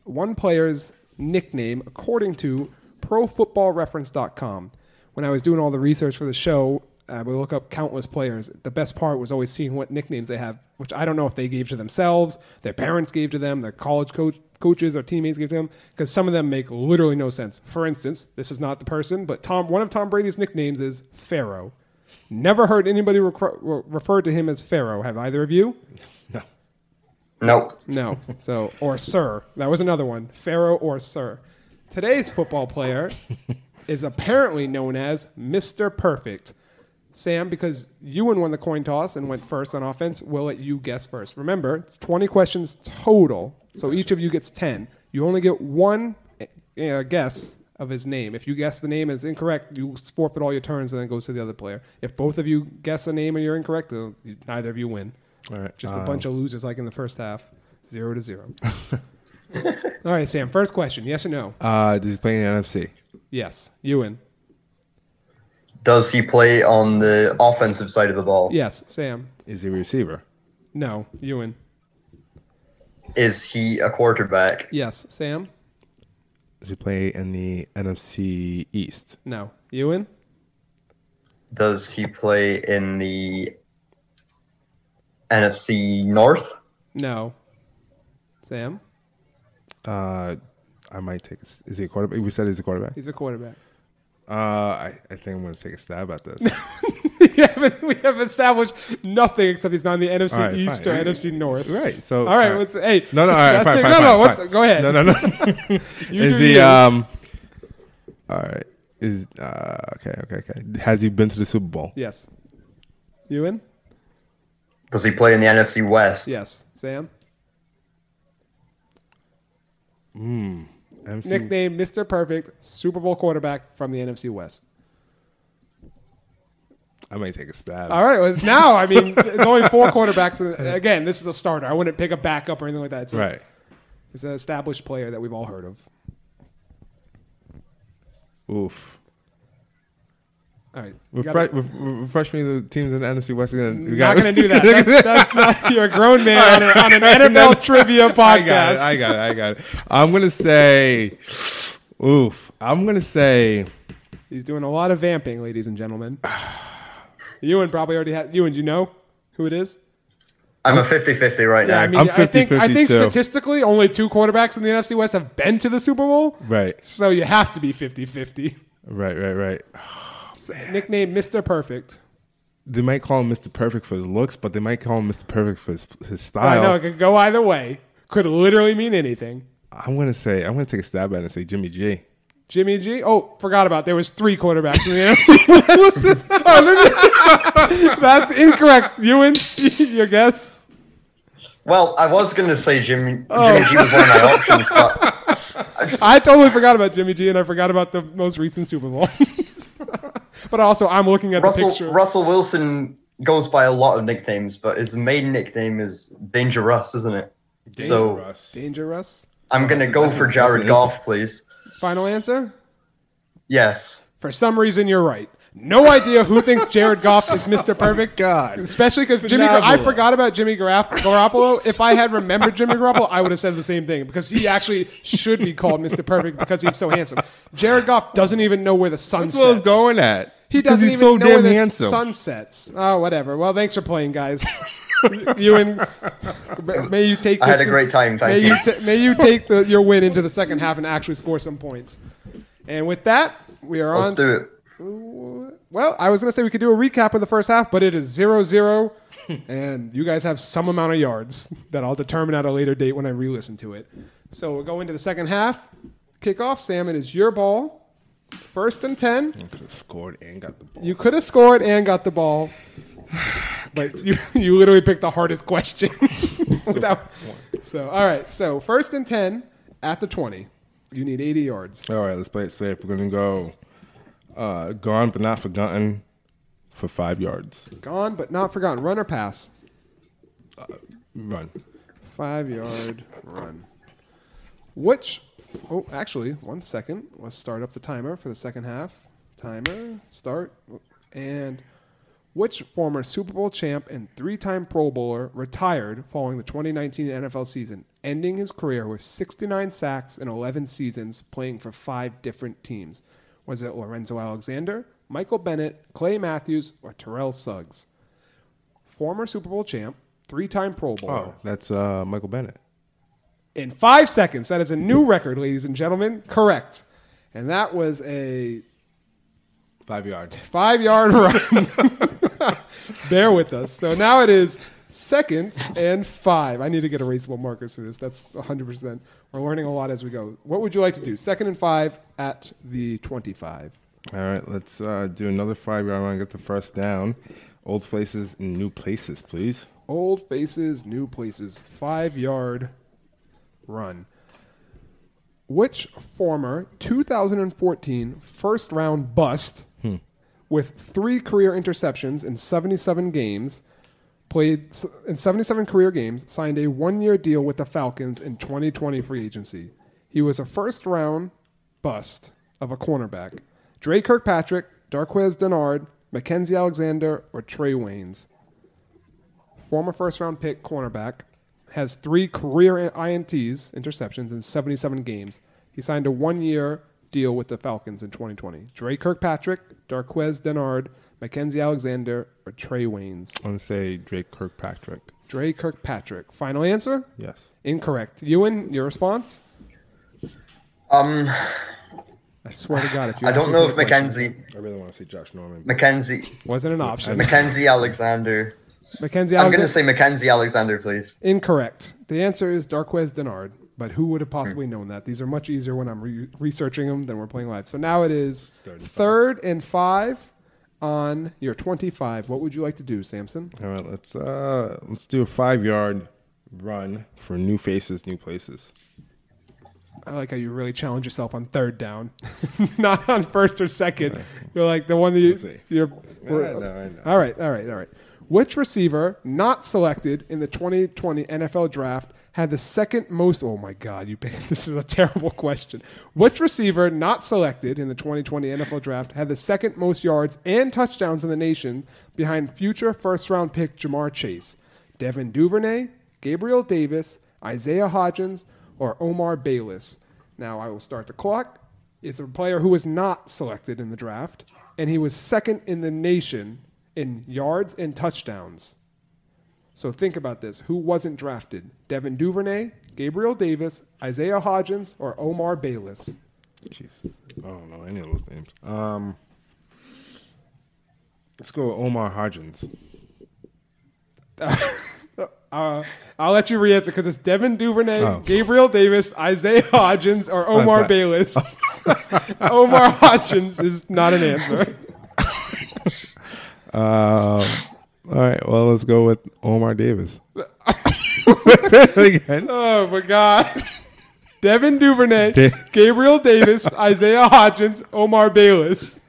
Speaker 1: one player's nickname according to profootballreference.com. When I was doing all the research for the show, I would look up countless players. The best part was always seeing what nicknames they have, which I don't know if they gave to themselves, their parents gave to them, their college coach, coaches or teammates gave to them, because some of them make literally no sense. For instance, this is not the person, but Tom. One of Tom Brady's nicknames is Pharaoh. Never heard anybody recro- re- refer to him as Pharaoh. Have either of you?
Speaker 4: No.
Speaker 5: Nope.
Speaker 1: No. So or sir. That was another one. Pharaoh or sir. Today's football player is apparently known as Mr. Perfect. Sam, because Ewan won the coin toss and went first on offense, we'll let you guess first. Remember, it's 20 questions total, so each of you gets 10. You only get one uh, guess of his name. If you guess the name and it's incorrect, you forfeit all your turns and then it goes to the other player. If both of you guess a name and you're incorrect, uh, you- neither of you win.
Speaker 4: All right,
Speaker 1: Just a
Speaker 4: um,
Speaker 1: bunch of losers like in the first half. Zero to
Speaker 4: <laughs>
Speaker 1: zero. All right, Sam, first question. Yes or no?
Speaker 4: Uh, does he play in the NFC?
Speaker 1: yes. Ewan.
Speaker 5: Does he play on the offensive side of the ball?
Speaker 1: Yes. Sam.
Speaker 4: Is he a receiver?
Speaker 1: No. Ewan.
Speaker 5: Is he a quarterback?
Speaker 1: Yes. Sam.
Speaker 4: Does he play in the NFC East?
Speaker 1: No. Ewan.
Speaker 5: Does he play in the NFC North?
Speaker 1: No. Sam.
Speaker 4: Uh, I might take. A, s- is he a quarterback? We said he's a quarterback.
Speaker 1: He's a quarterback. <laughs>
Speaker 4: Uh, I, I think I'm going to take a stab at this.
Speaker 1: we, haven't, we have established nothing except he's not in the NFC
Speaker 4: All right,
Speaker 1: East
Speaker 4: fine.
Speaker 1: or NFC North.
Speaker 4: right. So.
Speaker 1: All right, what's- hey,
Speaker 4: No, no. All right.
Speaker 1: that's
Speaker 4: Fine,
Speaker 1: it.
Speaker 4: fine,
Speaker 1: No,
Speaker 4: fine,
Speaker 1: no, what's-
Speaker 4: fine.
Speaker 1: go ahead.
Speaker 4: No, no,
Speaker 1: <laughs>
Speaker 4: no. <laughs>
Speaker 1: You
Speaker 4: is
Speaker 1: do
Speaker 4: he?
Speaker 1: you.
Speaker 4: Um. All right. Is uh okay okay okay. Has he been to the Super Bowl?
Speaker 1: Yes. Ewan.
Speaker 5: Does he play in the NFC West?
Speaker 1: Yes. Sam.
Speaker 4: MC
Speaker 1: Nickname Mr. Perfect, Super Bowl quarterback from the NFC West.
Speaker 4: I might take a stab.
Speaker 1: All right. Well, now, I mean, it's only four quarterbacks. And again, this is a starter. I wouldn't pick a backup or anything like that. It's, a-
Speaker 4: Right.
Speaker 1: it's an established player that we've all heard of.
Speaker 4: Oof.
Speaker 1: All right. you gotta-
Speaker 4: Refresh, ref- refresh me the teams in the NFC West again. We
Speaker 1: not going to do that. That's, that's not. You're a grown man on, a, on an NFL trivia podcast.
Speaker 4: <laughs> I got it. I got it. I got it. I'm gonna say, oof. I'm gonna say,
Speaker 1: He's doing a lot of vamping, ladies and gentlemen. Ewan probably already had. Ewan, do you know who it is?
Speaker 5: I'm a 50-50 right
Speaker 1: Yeah,
Speaker 5: now.
Speaker 1: I mean,
Speaker 4: I'm
Speaker 1: I think I think
Speaker 4: 50-52.
Speaker 1: statistically, only two quarterbacks in the NFC West have been to the Super Bowl.
Speaker 4: right,
Speaker 1: So you have to be 50-50.
Speaker 4: right, right, right.
Speaker 1: Nickname Mr. Perfect.
Speaker 4: They might call him Mr. Perfect for his looks, but they might call him Mr. Perfect for his, his
Speaker 1: I
Speaker 4: style.
Speaker 1: know it could go either way. Could literally mean anything.
Speaker 4: I'm gonna say, I'm gonna take a stab at it and say Jimmy G.
Speaker 1: Jimmy G. Oh, forgot about. There was three quarterbacks in the <laughs> NFC West. <laughs> That's incorrect. Ewan, <laughs> your guess.
Speaker 5: Well, I was going to say Jimmy,
Speaker 1: Oh.
Speaker 5: Jimmy G was one of my options,
Speaker 1: <laughs>
Speaker 5: but
Speaker 1: I totally forgot about Jimmy G, and I forgot about the most recent Super Bowl. <laughs> but also, I'm looking at the
Speaker 5: Russell,
Speaker 1: picture.
Speaker 5: Russell Wilson goes by a lot of nicknames, but his main nickname is Dangerous, isn't it? So
Speaker 1: Danger Russ.
Speaker 5: I'm going to go
Speaker 4: that's-
Speaker 5: for
Speaker 4: that's-
Speaker 5: Jared
Speaker 4: that's-
Speaker 5: Goff, please.
Speaker 1: Final answer.
Speaker 5: Yes.
Speaker 1: For some reason, you're right. No idea who thinks Jared Goff is Mr. Perfect.
Speaker 4: Oh God.
Speaker 1: Especially because Jimmy, Gar- I forgot about Jimmy Garap- Garoppolo. If I had remembered Jimmy Garoppolo, I would have said the same thing because he actually should be called Mr. Perfect because he's so handsome. Jared Goff doesn't even know where the sun
Speaker 4: That's what I was
Speaker 1: sets.
Speaker 4: going at.
Speaker 1: He
Speaker 4: Because
Speaker 1: doesn't
Speaker 4: he's
Speaker 1: even
Speaker 4: so
Speaker 1: know
Speaker 4: damn
Speaker 1: where the
Speaker 4: handsome.
Speaker 1: sun sets. Oh, whatever. Well, thanks for playing, guys. <laughs> you and may you take.
Speaker 5: I
Speaker 1: This
Speaker 5: had a great time,
Speaker 1: May
Speaker 5: thank
Speaker 1: you,
Speaker 5: you.
Speaker 1: t- may you take the, your win into the second half and actually score some points. And with that, we are on.
Speaker 5: Let's do it.
Speaker 1: Well, I was going to say we could do a recap of the first half, but it is 0 0. and you guys have some amount of yards <laughs> that I'll determine at a later date when I re listen to it. So we'll go into the second half. Kickoff, Sam, it is your ball. First and 10.
Speaker 4: Could've scored and got the ball.
Speaker 1: You could have scored and got the ball, <sighs> but you, <laughs> you literally picked the hardest question. <laughs> Without- so, all right. So, first and 10 at the 20. You need 80 yards.
Speaker 4: All right, let's play it safe. We're gonna go uh, gone but not forgotten for five yards.
Speaker 1: Gone, but not forgotten. Run or pass?
Speaker 4: Run.
Speaker 1: Five yard run. Which, oh, actually, one second. Let's start up the timer for the second half. Timer, start. And Which former Super Bowl champ and three time Pro Bowler retired following the 2019 NFL season, ending his career with 69 sacks in 11 seasons playing for five different teams? Was it Lorenzo Alexander, Michael Bennett, Clay Matthews, or Terrell Suggs? Former Super Bowl champ, three time Pro Bowler.
Speaker 4: Oh, that's uh, Michael Bennett.
Speaker 1: In five seconds, that is a new record, ladies and gentlemen. Correct. And that was a
Speaker 4: Five yard.
Speaker 1: five yard <laughs> run. <laughs> Bear with us. So now it is seconds and five. I need to get erasable markers for this. That's 100%. We're learning a lot as we go. What would you like to do? Second and five at the 25.
Speaker 4: All right, let's uh, do another five yard run. Get the first down. Old places and new places, please.
Speaker 1: Old faces, new places. Five yard run. Which former 2014 first round bust with three career interceptions in 77 games, played s- in 77 career games, signed a one year deal with the Falcons in 2020 free agency? He was a first round bust of a cornerback. Dre Kirkpatrick, Darquez Denard, Mackenzie Alexander, or Trey Waynes? former first round pick cornerback, has three career INTs, interceptions, in 77 games. He signed a one year deal with the Falcons in 2020. Dre Kirkpatrick, Darquez Denard, Mackenzie Alexander, or Trey Waynes.
Speaker 4: I'm gonna say Drake Kirkpatrick.
Speaker 1: Dre Kirkpatrick. Final answer?
Speaker 4: Yes.
Speaker 1: Incorrect. Ewan, your response?
Speaker 5: Um,
Speaker 1: I swear to God, if you
Speaker 5: I
Speaker 1: ask me
Speaker 5: don't know
Speaker 1: for
Speaker 5: if
Speaker 1: the question-
Speaker 5: Mackenzie,
Speaker 4: I really want to see Josh Norman.
Speaker 5: Mackenzie,
Speaker 1: wasn't an option.
Speaker 5: Mackenzie Alexander.
Speaker 1: Mackenzie
Speaker 5: I'm gonna
Speaker 1: Alexander.
Speaker 5: say Mackenzie Alexander, please.
Speaker 1: Incorrect. The answer is Darquez Denard, but who would have possibly known that? These are much easier when I'm re- researching them than we're playing live. So now it is third and five on your 25. What would you like to do, Samson?
Speaker 4: All right, let's uh, let's do a five yard run for new faces, new places.
Speaker 1: I like how you really challenge yourself on third down, <laughs> not on first or second. You're like the one that
Speaker 4: We'll see.
Speaker 1: you, you're.
Speaker 4: I know, I know.
Speaker 1: All right, all right, all right. Which receiver not selected in the 2020 NFL draft had the second most? Oh my God, you <laughs> this is a terrible question. Which receiver not selected in the 2020 NFL draft had the second most yards and touchdowns in the nation behind future first round pick Jamar Chase? Devin Duvernay, Gabriel Davis, Isaiah Hodgins, or Omar Bayless? Now I will start the clock. It's a player who was not selected in the draft, and he was second in the nation in yards and touchdowns. So think about this. Who wasn't drafted? Devin Duvernay, Gabriel Davis, Isaiah Hodgins, or Omar Bayless?
Speaker 4: Jesus, I don't know any of those names. Um, let's go with Omar Hodgins.
Speaker 1: Uh, I'll let you re-answer because it's Devin Duvernay,
Speaker 4: Oh.
Speaker 1: Gabriel Davis, Isaiah Hodgins, or Omar
Speaker 4: sorry.
Speaker 1: Bayless. <laughs> Omar Hodgins is not an answer.
Speaker 4: Um, all right, well, let's go with Omar Davis. <laughs> Uh, Again,
Speaker 1: Oh my God. Devin Duvernay,
Speaker 4: Da-
Speaker 1: Gabriel Davis, Isaiah Hodgins, Omar Bayless.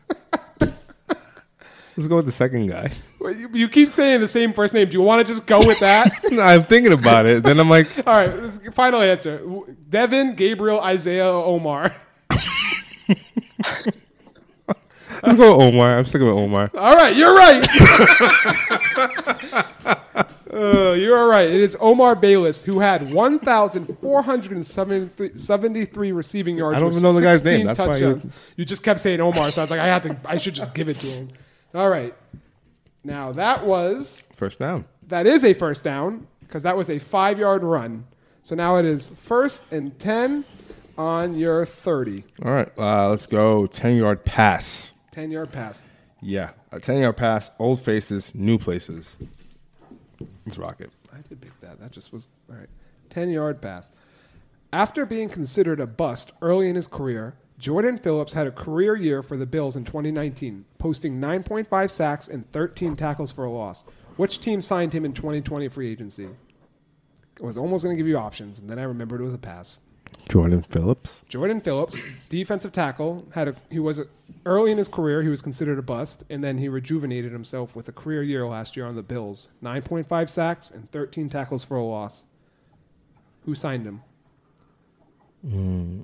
Speaker 4: let's go with the second guy. <laughs>
Speaker 1: Well, You you keep saying the same first name. Do you want to just go with that?
Speaker 4: I'm thinking about it. Then I'm like,
Speaker 1: All right, this- final answer. Devin, Gabriel, Isaiah, or Omar. <laughs>
Speaker 4: let's go with Omar. I'm sticking with Omar.
Speaker 1: All right, you're right. <laughs> Uh, you're all right. It is Omar Bayless who had 1,473 receiving yards.
Speaker 4: I don't
Speaker 1: with
Speaker 4: even know the guy's
Speaker 1: 16
Speaker 4: name. That's why he was-
Speaker 1: touchdowns. You just kept saying Omar, so I was like, I had to. I should just give it to him. All right. Now that was
Speaker 4: First down.
Speaker 1: That is a first down because that was a five yard run. So now it is first and 10 on your 30.
Speaker 4: All right, uh, let's go 10 yard pass.
Speaker 1: 10 yard pass.
Speaker 4: Yeah, a 10 yard pass, old faces, new places. Let's rock it.
Speaker 1: I did pick that. That just was. All right. 10 yard pass. After being considered a bust early in his career, Jordan Phillips had a career year for the Bills in 2019, posting 9.5 sacks and 13 tackles for a loss. Which team signed him in 2020 free agency? I was almost going to give you options, and then I remembered it was a pass.
Speaker 4: Jordan Phillips.
Speaker 1: Jordan Phillips, defensive tackle, had a he was a, early in his career he was considered a bust, and then he rejuvenated himself with a career year last year on the Bills, nine point five sacks and thirteen tackles for a loss. Who signed him?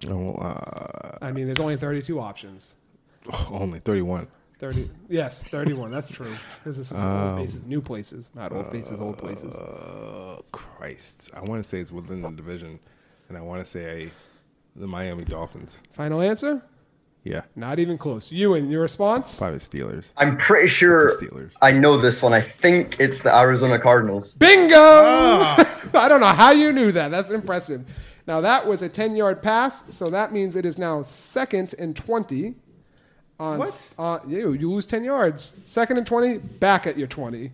Speaker 4: Oh, uh, Oh,
Speaker 1: I mean, there's only thirty two options.
Speaker 4: only 31.
Speaker 1: Thirty. Yes, thirty-one. That's true. Because this is old faces, new places, not old faces, old places.
Speaker 4: Oh Christ! I want to say it's within the division, and I want to say the Miami Dolphins.
Speaker 1: Final answer?
Speaker 4: Yeah,
Speaker 1: Not even close. You and your response?
Speaker 4: probably Steelers.
Speaker 5: I'm pretty sure
Speaker 4: the Steelers.
Speaker 5: I know this one. I think it's the Arizona Cardinals.
Speaker 1: Bingo!
Speaker 4: Ah.
Speaker 1: <laughs> I don't know how you knew that. That's impressive. Now that was a ten-yard pass, so that means it is now second and twenty. On
Speaker 4: What?
Speaker 1: Uh, you you lose ten yards. Second and twenty. Back at your twenty.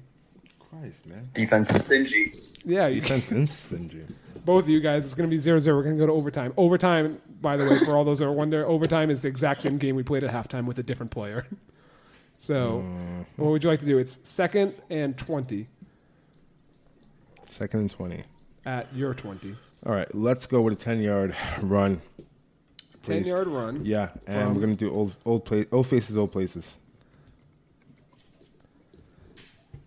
Speaker 4: Christ, man.
Speaker 5: Defense is stingy.
Speaker 1: Yeah, you,
Speaker 4: Defense and stingy.
Speaker 1: both of you guys. It's going to be 0 0. We're going to go to overtime. Overtime, by the way, for all those that wonder, overtime is the exact same game we played at halftime with a different player. <laughs> So,
Speaker 4: Hmm.
Speaker 1: what would you like to do? It's second and 20
Speaker 4: Second and twenty.
Speaker 1: at your 20.
Speaker 4: All right, let's go with a ten-yard run.
Speaker 1: 10
Speaker 4: Please.
Speaker 1: yard run.
Speaker 4: Yeah, and
Speaker 1: From-
Speaker 4: we're gonna do old old place, old faces, old places.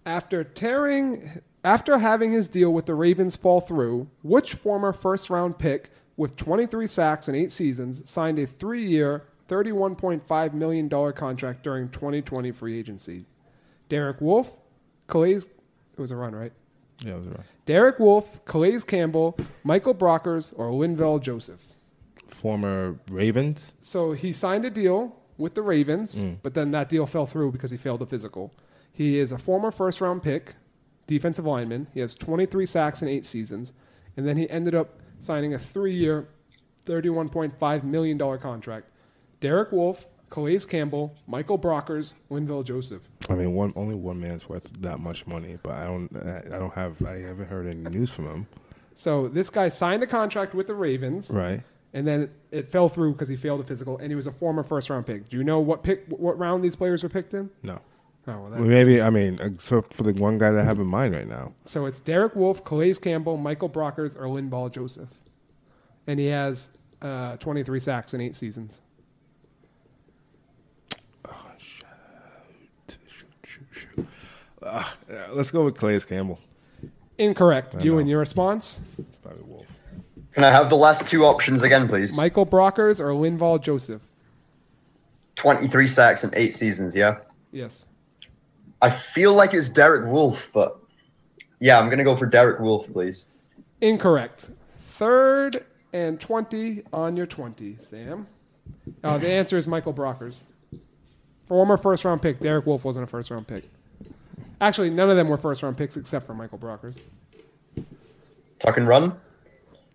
Speaker 1: After tearing, after having his deal with the Ravens fall through, which former first round pick with 23 sacks in eight seasons signed a three year, $31.5 million contract during 2020 free agency? Derek Wolf, Calais, it was a run, right?
Speaker 4: Yeah, I was right.
Speaker 1: Derek Wolf, Calais Campbell, Michael Brockers, or Linval Joseph.
Speaker 4: Former Ravens.
Speaker 1: So he signed a deal with the Ravens, but then that deal fell through because he failed a physical. He is a former first round pick, defensive lineman. He has 23 sacks in eight seasons. And then he ended up signing a three year, $31.5 million contract. Derek Wolf, Calais Campbell, Michael Brockers, Linville Joseph.
Speaker 4: I mean, one only one man's worth that much money, but I don't, I I don't have, I haven't heard any news from him.
Speaker 1: So this guy signed a contract with the Ravens.
Speaker 4: Right.
Speaker 1: And then it fell through because he failed a physical, and he was a former first round pick. Do you know what pick, what round these players are picked in?
Speaker 4: No.
Speaker 1: Oh, well, that,
Speaker 4: Well, maybe I mean, except for the one guy that I have in mind right now.
Speaker 1: So it's Derek Wolf, Calais Campbell, Michael Brockers, or Lynn Ball Joseph. And he has uh, 23 sacks in eight seasons.
Speaker 4: Uh, let's go with Clay's Campbell.
Speaker 1: Incorrect. you
Speaker 4: know.
Speaker 1: and your response?
Speaker 4: Probably Wolf.
Speaker 5: Can I have the last two options again, please?
Speaker 1: Michael Brockers or Linval Joseph?
Speaker 5: 23 sacks in eight seasons, yeah?
Speaker 1: Yes.
Speaker 5: I feel like it's Derek Wolf, but yeah, I'm going to go for Derek Wolf, please.
Speaker 1: Incorrect. Third and 20 on your 20, Sam. Uh, the answer is Michael Brockers. Former first round pick. Derek Wolf wasn't a first round pick. Actually, none of them were first round picks except for Michael Brockers.
Speaker 5: Tuck and run?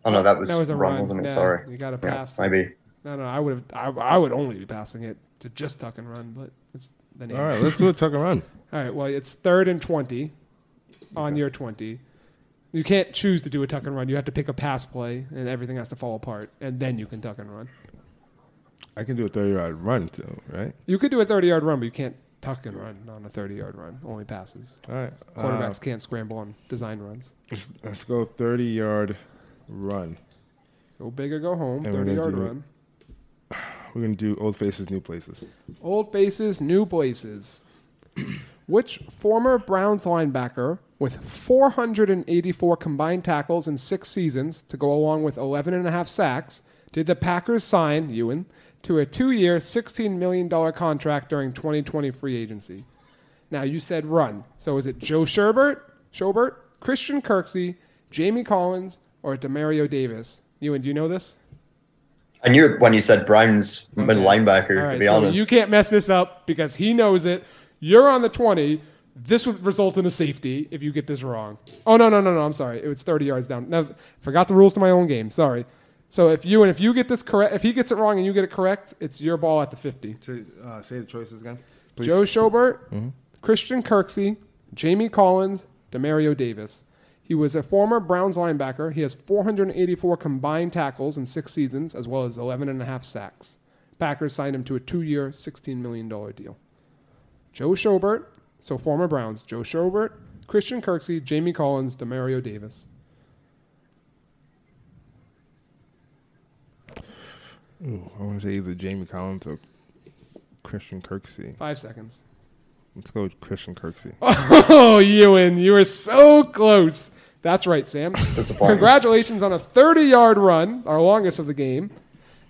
Speaker 5: Oh, no, that was,
Speaker 1: That was a
Speaker 5: wrong,
Speaker 1: run.
Speaker 5: wasn't it?
Speaker 1: Yeah,
Speaker 5: Sorry.
Speaker 1: you gotta
Speaker 5: Yeah,
Speaker 1: pass that.
Speaker 5: maybe.
Speaker 1: No, no, I would have. I, I would only be passing it to just tuck and run, but it's the name.
Speaker 4: All right, let's do a tuck and run.
Speaker 1: All right, well, it's third and twenty, on your twenty. You can't choose to do a tuck and run. You have to pick a pass play, and everything has to fall apart, and then you can tuck and run.
Speaker 4: I can do a thirty-yard run too, right?
Speaker 1: You could do a thirty-yard run, but you can't tuck and run on a thirty-yard run. Only passes.
Speaker 4: All right. uh,
Speaker 1: Quarterbacks can't scramble on design runs.
Speaker 4: let's, let's go thirty-yard run.
Speaker 1: Go big or go home.
Speaker 4: And we're gonna
Speaker 1: Thirty-yard
Speaker 4: do-
Speaker 1: run.
Speaker 4: We're gonna do old faces, new places.
Speaker 1: Old faces, new places. <clears throat> Which former Browns linebacker with 484 combined tackles in six seasons to go along with 11 and a half sacks did the Packers sign, Ewan, to a two year, $16 million contract during 2020 free agency? Now, you said run. So is it Joe Sherbert, Schobert, Christian Kirksey, Jamie Collins, or Demario Davis? Ewan, do you know this?
Speaker 5: I knew it when you said Brown's middle linebacker,
Speaker 1: All
Speaker 5: to
Speaker 1: right,
Speaker 5: be
Speaker 1: so
Speaker 5: honest.
Speaker 1: you can't mess this up because he knows it. You're on the 20. This would result in a safety if you get this wrong. Oh no, no, no, no. I'm sorry. It was 30 yards down. No, forgot the rules to my own game. Sorry. So if you and if you get this correct, if he gets it wrong and you get it correct, it's your ball at the 50.
Speaker 4: To, uh, say the choices again. Please.
Speaker 1: Joe Schobert, Christian Kirksey, Jamie Collins, Demario Davis. He was a former Browns linebacker. He has 484 combined tackles in six seasons, as well as 11 and a half sacks. Packers signed him to a two-year, $16 million deal. Joe Schobert, so former Browns, Joe Schobert, Christian Kirksey, Jamie Collins, Demario Davis.
Speaker 4: Ooh, I want to say either Jamie Collins or Christian Kirksey.
Speaker 1: Five seconds. <laughs>
Speaker 4: Let's go with Christian Kirksey.
Speaker 1: Oh, Ewan, you were so close. That's right, Sam.
Speaker 5: Disappointing.
Speaker 1: Congratulations on a 30 yard run, our longest of the game.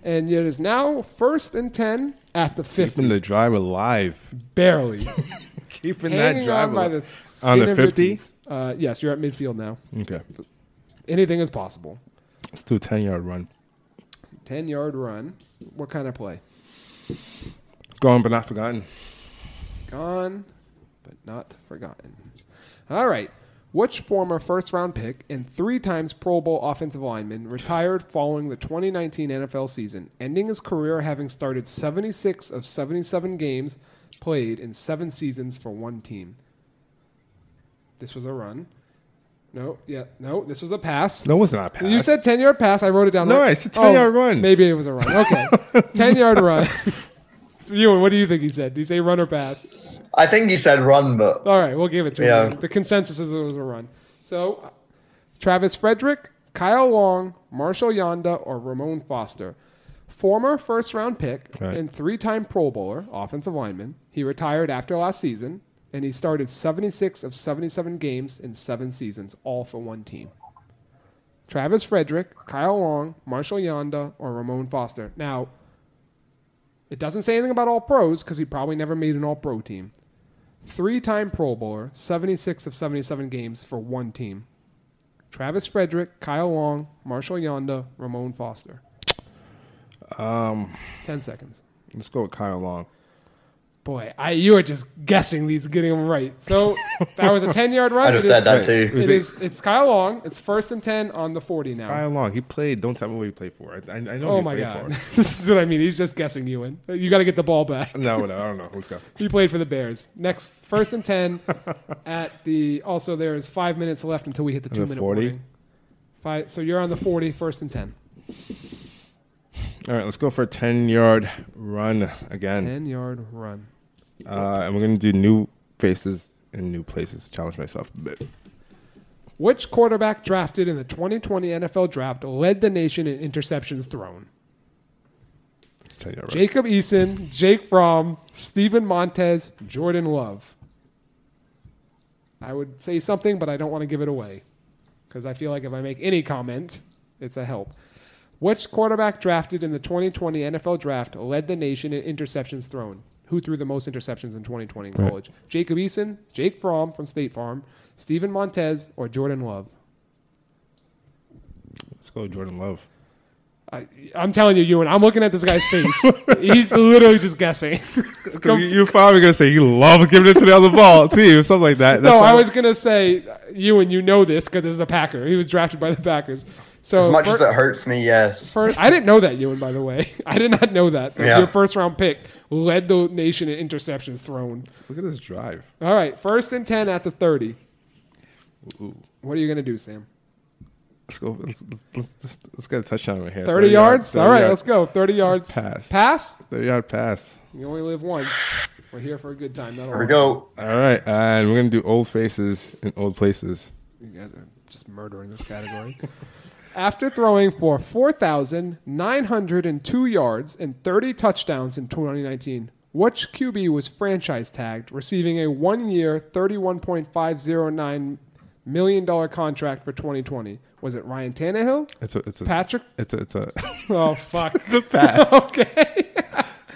Speaker 1: And it is now first and 10 at the 50.
Speaker 4: Keeping the drive alive.
Speaker 1: Barely.
Speaker 4: <laughs> Keeping that
Speaker 1: Hanging
Speaker 4: drive
Speaker 1: on by the
Speaker 4: alive.
Speaker 1: skin
Speaker 4: on
Speaker 1: of
Speaker 4: the
Speaker 1: your
Speaker 4: 50?
Speaker 1: teeth. Uh, yes, you're at midfield now.
Speaker 4: Okay.
Speaker 1: Anything is possible.
Speaker 4: Let's do a 10 yard run.
Speaker 1: 10 yard run. What kind of play?
Speaker 4: Gone but not forgotten.
Speaker 1: Gone, but not forgotten. All right. Which former first round pick and three times Pro Bowl offensive lineman retired following the 2019 NFL season, ending his career having started 76 of 77 games played in seven seasons for one team? This was a run. No, yeah, no, this was a pass.
Speaker 4: No, it's not a pass.
Speaker 1: You said 10 yard pass. I wrote it down.
Speaker 4: No,
Speaker 1: right.
Speaker 4: it's a 10-yard run.
Speaker 1: Maybe it was a run.
Speaker 4: <laughs>
Speaker 1: Okay. 10 yard run. <laughs> Ewan, what do you think he said? Did he say run or pass?
Speaker 5: I think he said run, but
Speaker 1: All right, we'll give it to
Speaker 5: Yeah.
Speaker 1: him. The consensus is it was a run. So, Travis Frederick, Kyle Long, Marshall Yonda, or Ramon Foster. Former first round pick
Speaker 4: Right.
Speaker 1: and three time Pro Bowler, offensive lineman. He retired after last season, and he started 76 of 77 games in seven seasons, all for one team. Travis Frederick, Kyle Long, Marshall Yonda, or Ramon Foster. Now, it doesn't say anything about all pros because he probably never made an all pro team. Three time Pro Bowler, 76 of 77 games for one team. Travis Frederick, Kyle Long, Marshall Yonda, Ramon Foster. Um, 10 seconds.
Speaker 4: Let's go with Kyle Long.
Speaker 1: Boy, I, you are just guessing these, getting them right. So that was a 10
Speaker 5: <laughs>
Speaker 1: yard run.
Speaker 5: I'd have
Speaker 1: It
Speaker 5: said
Speaker 1: is-
Speaker 5: that
Speaker 4: right.
Speaker 5: too.
Speaker 4: Is
Speaker 1: It
Speaker 4: it-
Speaker 1: is, it's Kyle Long. It's first and 10 on the 40 now.
Speaker 4: Kyle Long. He played. Don't tell me what he played for. I, I, I know
Speaker 1: oh
Speaker 4: who
Speaker 1: my
Speaker 4: he
Speaker 1: God.
Speaker 4: played
Speaker 1: <laughs> this is what I mean. He's just guessing you in. You got to get the ball back.
Speaker 4: for. No, no, I don't know. Let's go.
Speaker 1: He played for the Bears. Next, first and ten at the. Also, there is five minutes left until we hit the two minute
Speaker 4: 40?
Speaker 1: warning. Five, so you're on the 40, first and ten.
Speaker 4: All right, let's go for a 10 yard run again.
Speaker 1: Ten yard run.
Speaker 4: Uh, and we're going to do new faces and new places. Challenge myself a bit.
Speaker 1: Which quarterback drafted in the 2020 NFL draft led the nation in interceptions thrown?
Speaker 4: It's 10 yard run.
Speaker 1: Jacob Eason, Jake Fromm, Steven Montez, Jordan Love. I would say something, but I don't want to give it away because I feel like if I make any comment, it's a help. Which quarterback drafted in the 2020 NFL draft led the nation in interceptions thrown? Who threw the most interceptions in 2020 in college? Jacob Eason, Jake Fromm from State Farm, Steven Montez, or Jordan Love?
Speaker 4: Let's go with Jordan Love.
Speaker 1: I, I'm telling you, Ewan, I'm looking at this guy's face. He's literally just guessing. Come-
Speaker 4: You- You're probably going to say you love giving it to the other ball, too, or something like that.
Speaker 1: No,
Speaker 4: That's
Speaker 1: I
Speaker 4: all.
Speaker 1: was gonna say uh, you and you know this because it's a Packer. He was drafted by the Packers. So
Speaker 5: As much
Speaker 1: fir-
Speaker 5: as it hurts me, yes.
Speaker 1: fir- I didn't know that Ewan, by the way. <laughs> I did not know that.
Speaker 5: Yeah.
Speaker 1: Your first round pick led the nation in interceptions thrown.
Speaker 4: Look at this drive.
Speaker 1: All right, first and ten at the thirty.
Speaker 4: Ooh.
Speaker 1: What are you gonna do, Sam?
Speaker 4: Let's go. Let's, let's, let's, let's, let's get a touchdown right here.
Speaker 1: 30, yards? All right,
Speaker 4: yard-
Speaker 1: let's go. 30 yards.
Speaker 4: Pass.
Speaker 1: Pass?
Speaker 4: 30 yard pass.
Speaker 1: You only live once. We're here for a good time. That'll
Speaker 5: Here we
Speaker 1: work.
Speaker 5: go.
Speaker 4: All right. And we're going to do old faces in old places.
Speaker 1: You guys are just murdering this category. <laughs> After throwing for 4,902 yards and 30 touchdowns in 2019, which QB was franchise tagged, receiving a one year, $31.509 million contract for 2020? Was it Ryan Tannehill?
Speaker 4: It's a, it's a,
Speaker 1: Patrick?
Speaker 4: it's a, it's a,
Speaker 1: <laughs>
Speaker 4: <laughs>
Speaker 1: Oh, <laughs> fuck.
Speaker 4: it's a pass.
Speaker 1: okay.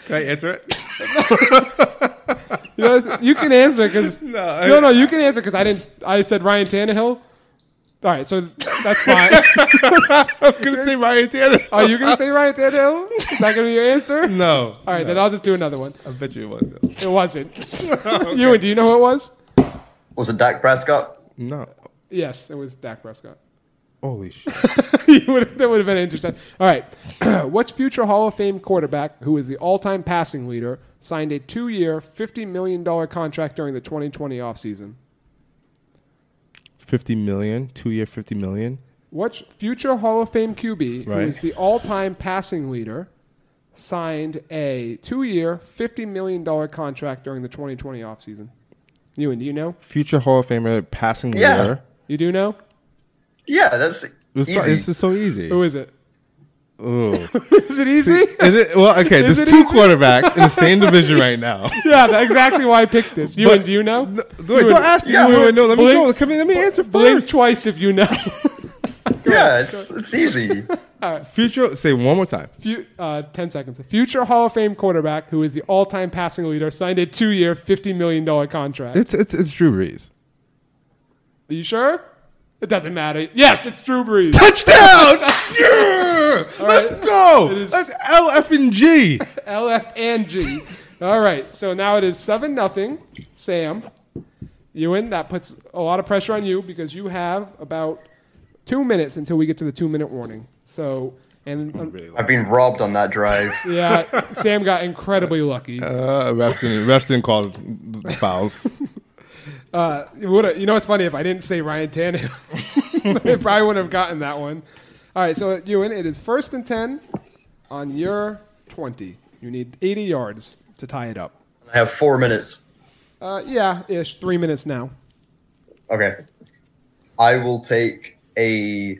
Speaker 4: Can I answer it?
Speaker 1: You know, you can answer
Speaker 4: <laughs>
Speaker 1: because <laughs> <laughs> no,
Speaker 4: I-
Speaker 1: no, you can answer because I didn't. I said Ryan Tannehill. All right, so that's fine. <laughs>
Speaker 4: I'm going to say Ryan Tanner.
Speaker 1: Are Oh, you gonna say Ryan Tannehill? Is that gonna be your answer?
Speaker 4: <laughs> No.
Speaker 1: All right, then I'll just do another one.
Speaker 4: I bet you it was.
Speaker 1: It wasn't.
Speaker 4: <laughs>
Speaker 1: Ewan, do you know who it was?
Speaker 5: Was it Dak Prescott?
Speaker 4: No.
Speaker 1: Yes, it was Dak Prescott. <laughs>
Speaker 4: Holy shit.
Speaker 1: You would've- that would have been interesting. All right, <clears throat> what's future Hall of Fame quarterback who is the all-time passing leader signed a two-year, fifty million dollar contract during the 2020 offseason?
Speaker 4: 50 million, two year 50 million.
Speaker 1: What's future Hall of Fame QB who
Speaker 4: Right.
Speaker 1: is the all-time passing leader signed a two-year, fifty million dollar contract during the 2020 offseason? Ewan, do you know?
Speaker 4: Future Hall of Famer, passing
Speaker 5: Yeah.
Speaker 4: leader.
Speaker 1: You do know?
Speaker 5: Yeah, that's
Speaker 4: This,
Speaker 5: easy.
Speaker 4: this is so easy.
Speaker 1: Who is it?
Speaker 4: Ooh.
Speaker 1: <laughs> Is it easy?
Speaker 4: Is it- well, okay,
Speaker 1: Is
Speaker 4: there's
Speaker 1: it
Speaker 4: two
Speaker 1: easy?
Speaker 4: quarterbacks in the same division right now.
Speaker 1: <laughs> yeah, that's exactly why I picked this. You
Speaker 4: But-
Speaker 1: and do you know?
Speaker 4: No, wait, don't ask me.
Speaker 5: Yeah.
Speaker 4: wait, wait, no, let me
Speaker 1: Blink-
Speaker 4: go. Come in, let me
Speaker 1: <laughs>
Speaker 4: answer
Speaker 1: Blink
Speaker 4: first.
Speaker 1: twice if you know. <laughs>
Speaker 5: yeah, it's it's easy.
Speaker 1: All right.
Speaker 4: Future, say one more time.
Speaker 1: Few, uh, 10 seconds. A future Hall of Fame quarterback who is the all time passing leader signed a two year, $50 million contract.
Speaker 4: It's it's it's Drew Brees.
Speaker 1: Are you sure? It doesn't matter. Yes, it's Drew
Speaker 4: <laughs>
Speaker 1: Brees.
Speaker 4: Touchdown! yeah! Let's
Speaker 1: right.
Speaker 4: go.
Speaker 1: It is-
Speaker 4: That's L F and G.
Speaker 1: LF and G. All right, so now it is 7 nothing. Sam, Ewan, that puts a lot of pressure on you because you have about two minutes until we get to the two minute warning. So, and uh,
Speaker 5: I've been robbed on that drive.
Speaker 1: <laughs> yeah, Sam got incredibly lucky.
Speaker 4: Uh, refs didn't, refs didn't call fouls.
Speaker 1: It would've- you know what's funny? If I didn't say Ryan Tannehill, <laughs> they probably wouldn't have gotten that one. All right, so Ewan, it is first and 10 on your 20. You need 80 yards to tie it up.
Speaker 5: I have four minutes.
Speaker 1: Uh, yeah, ish, three minutes now.
Speaker 5: Okay. I will take a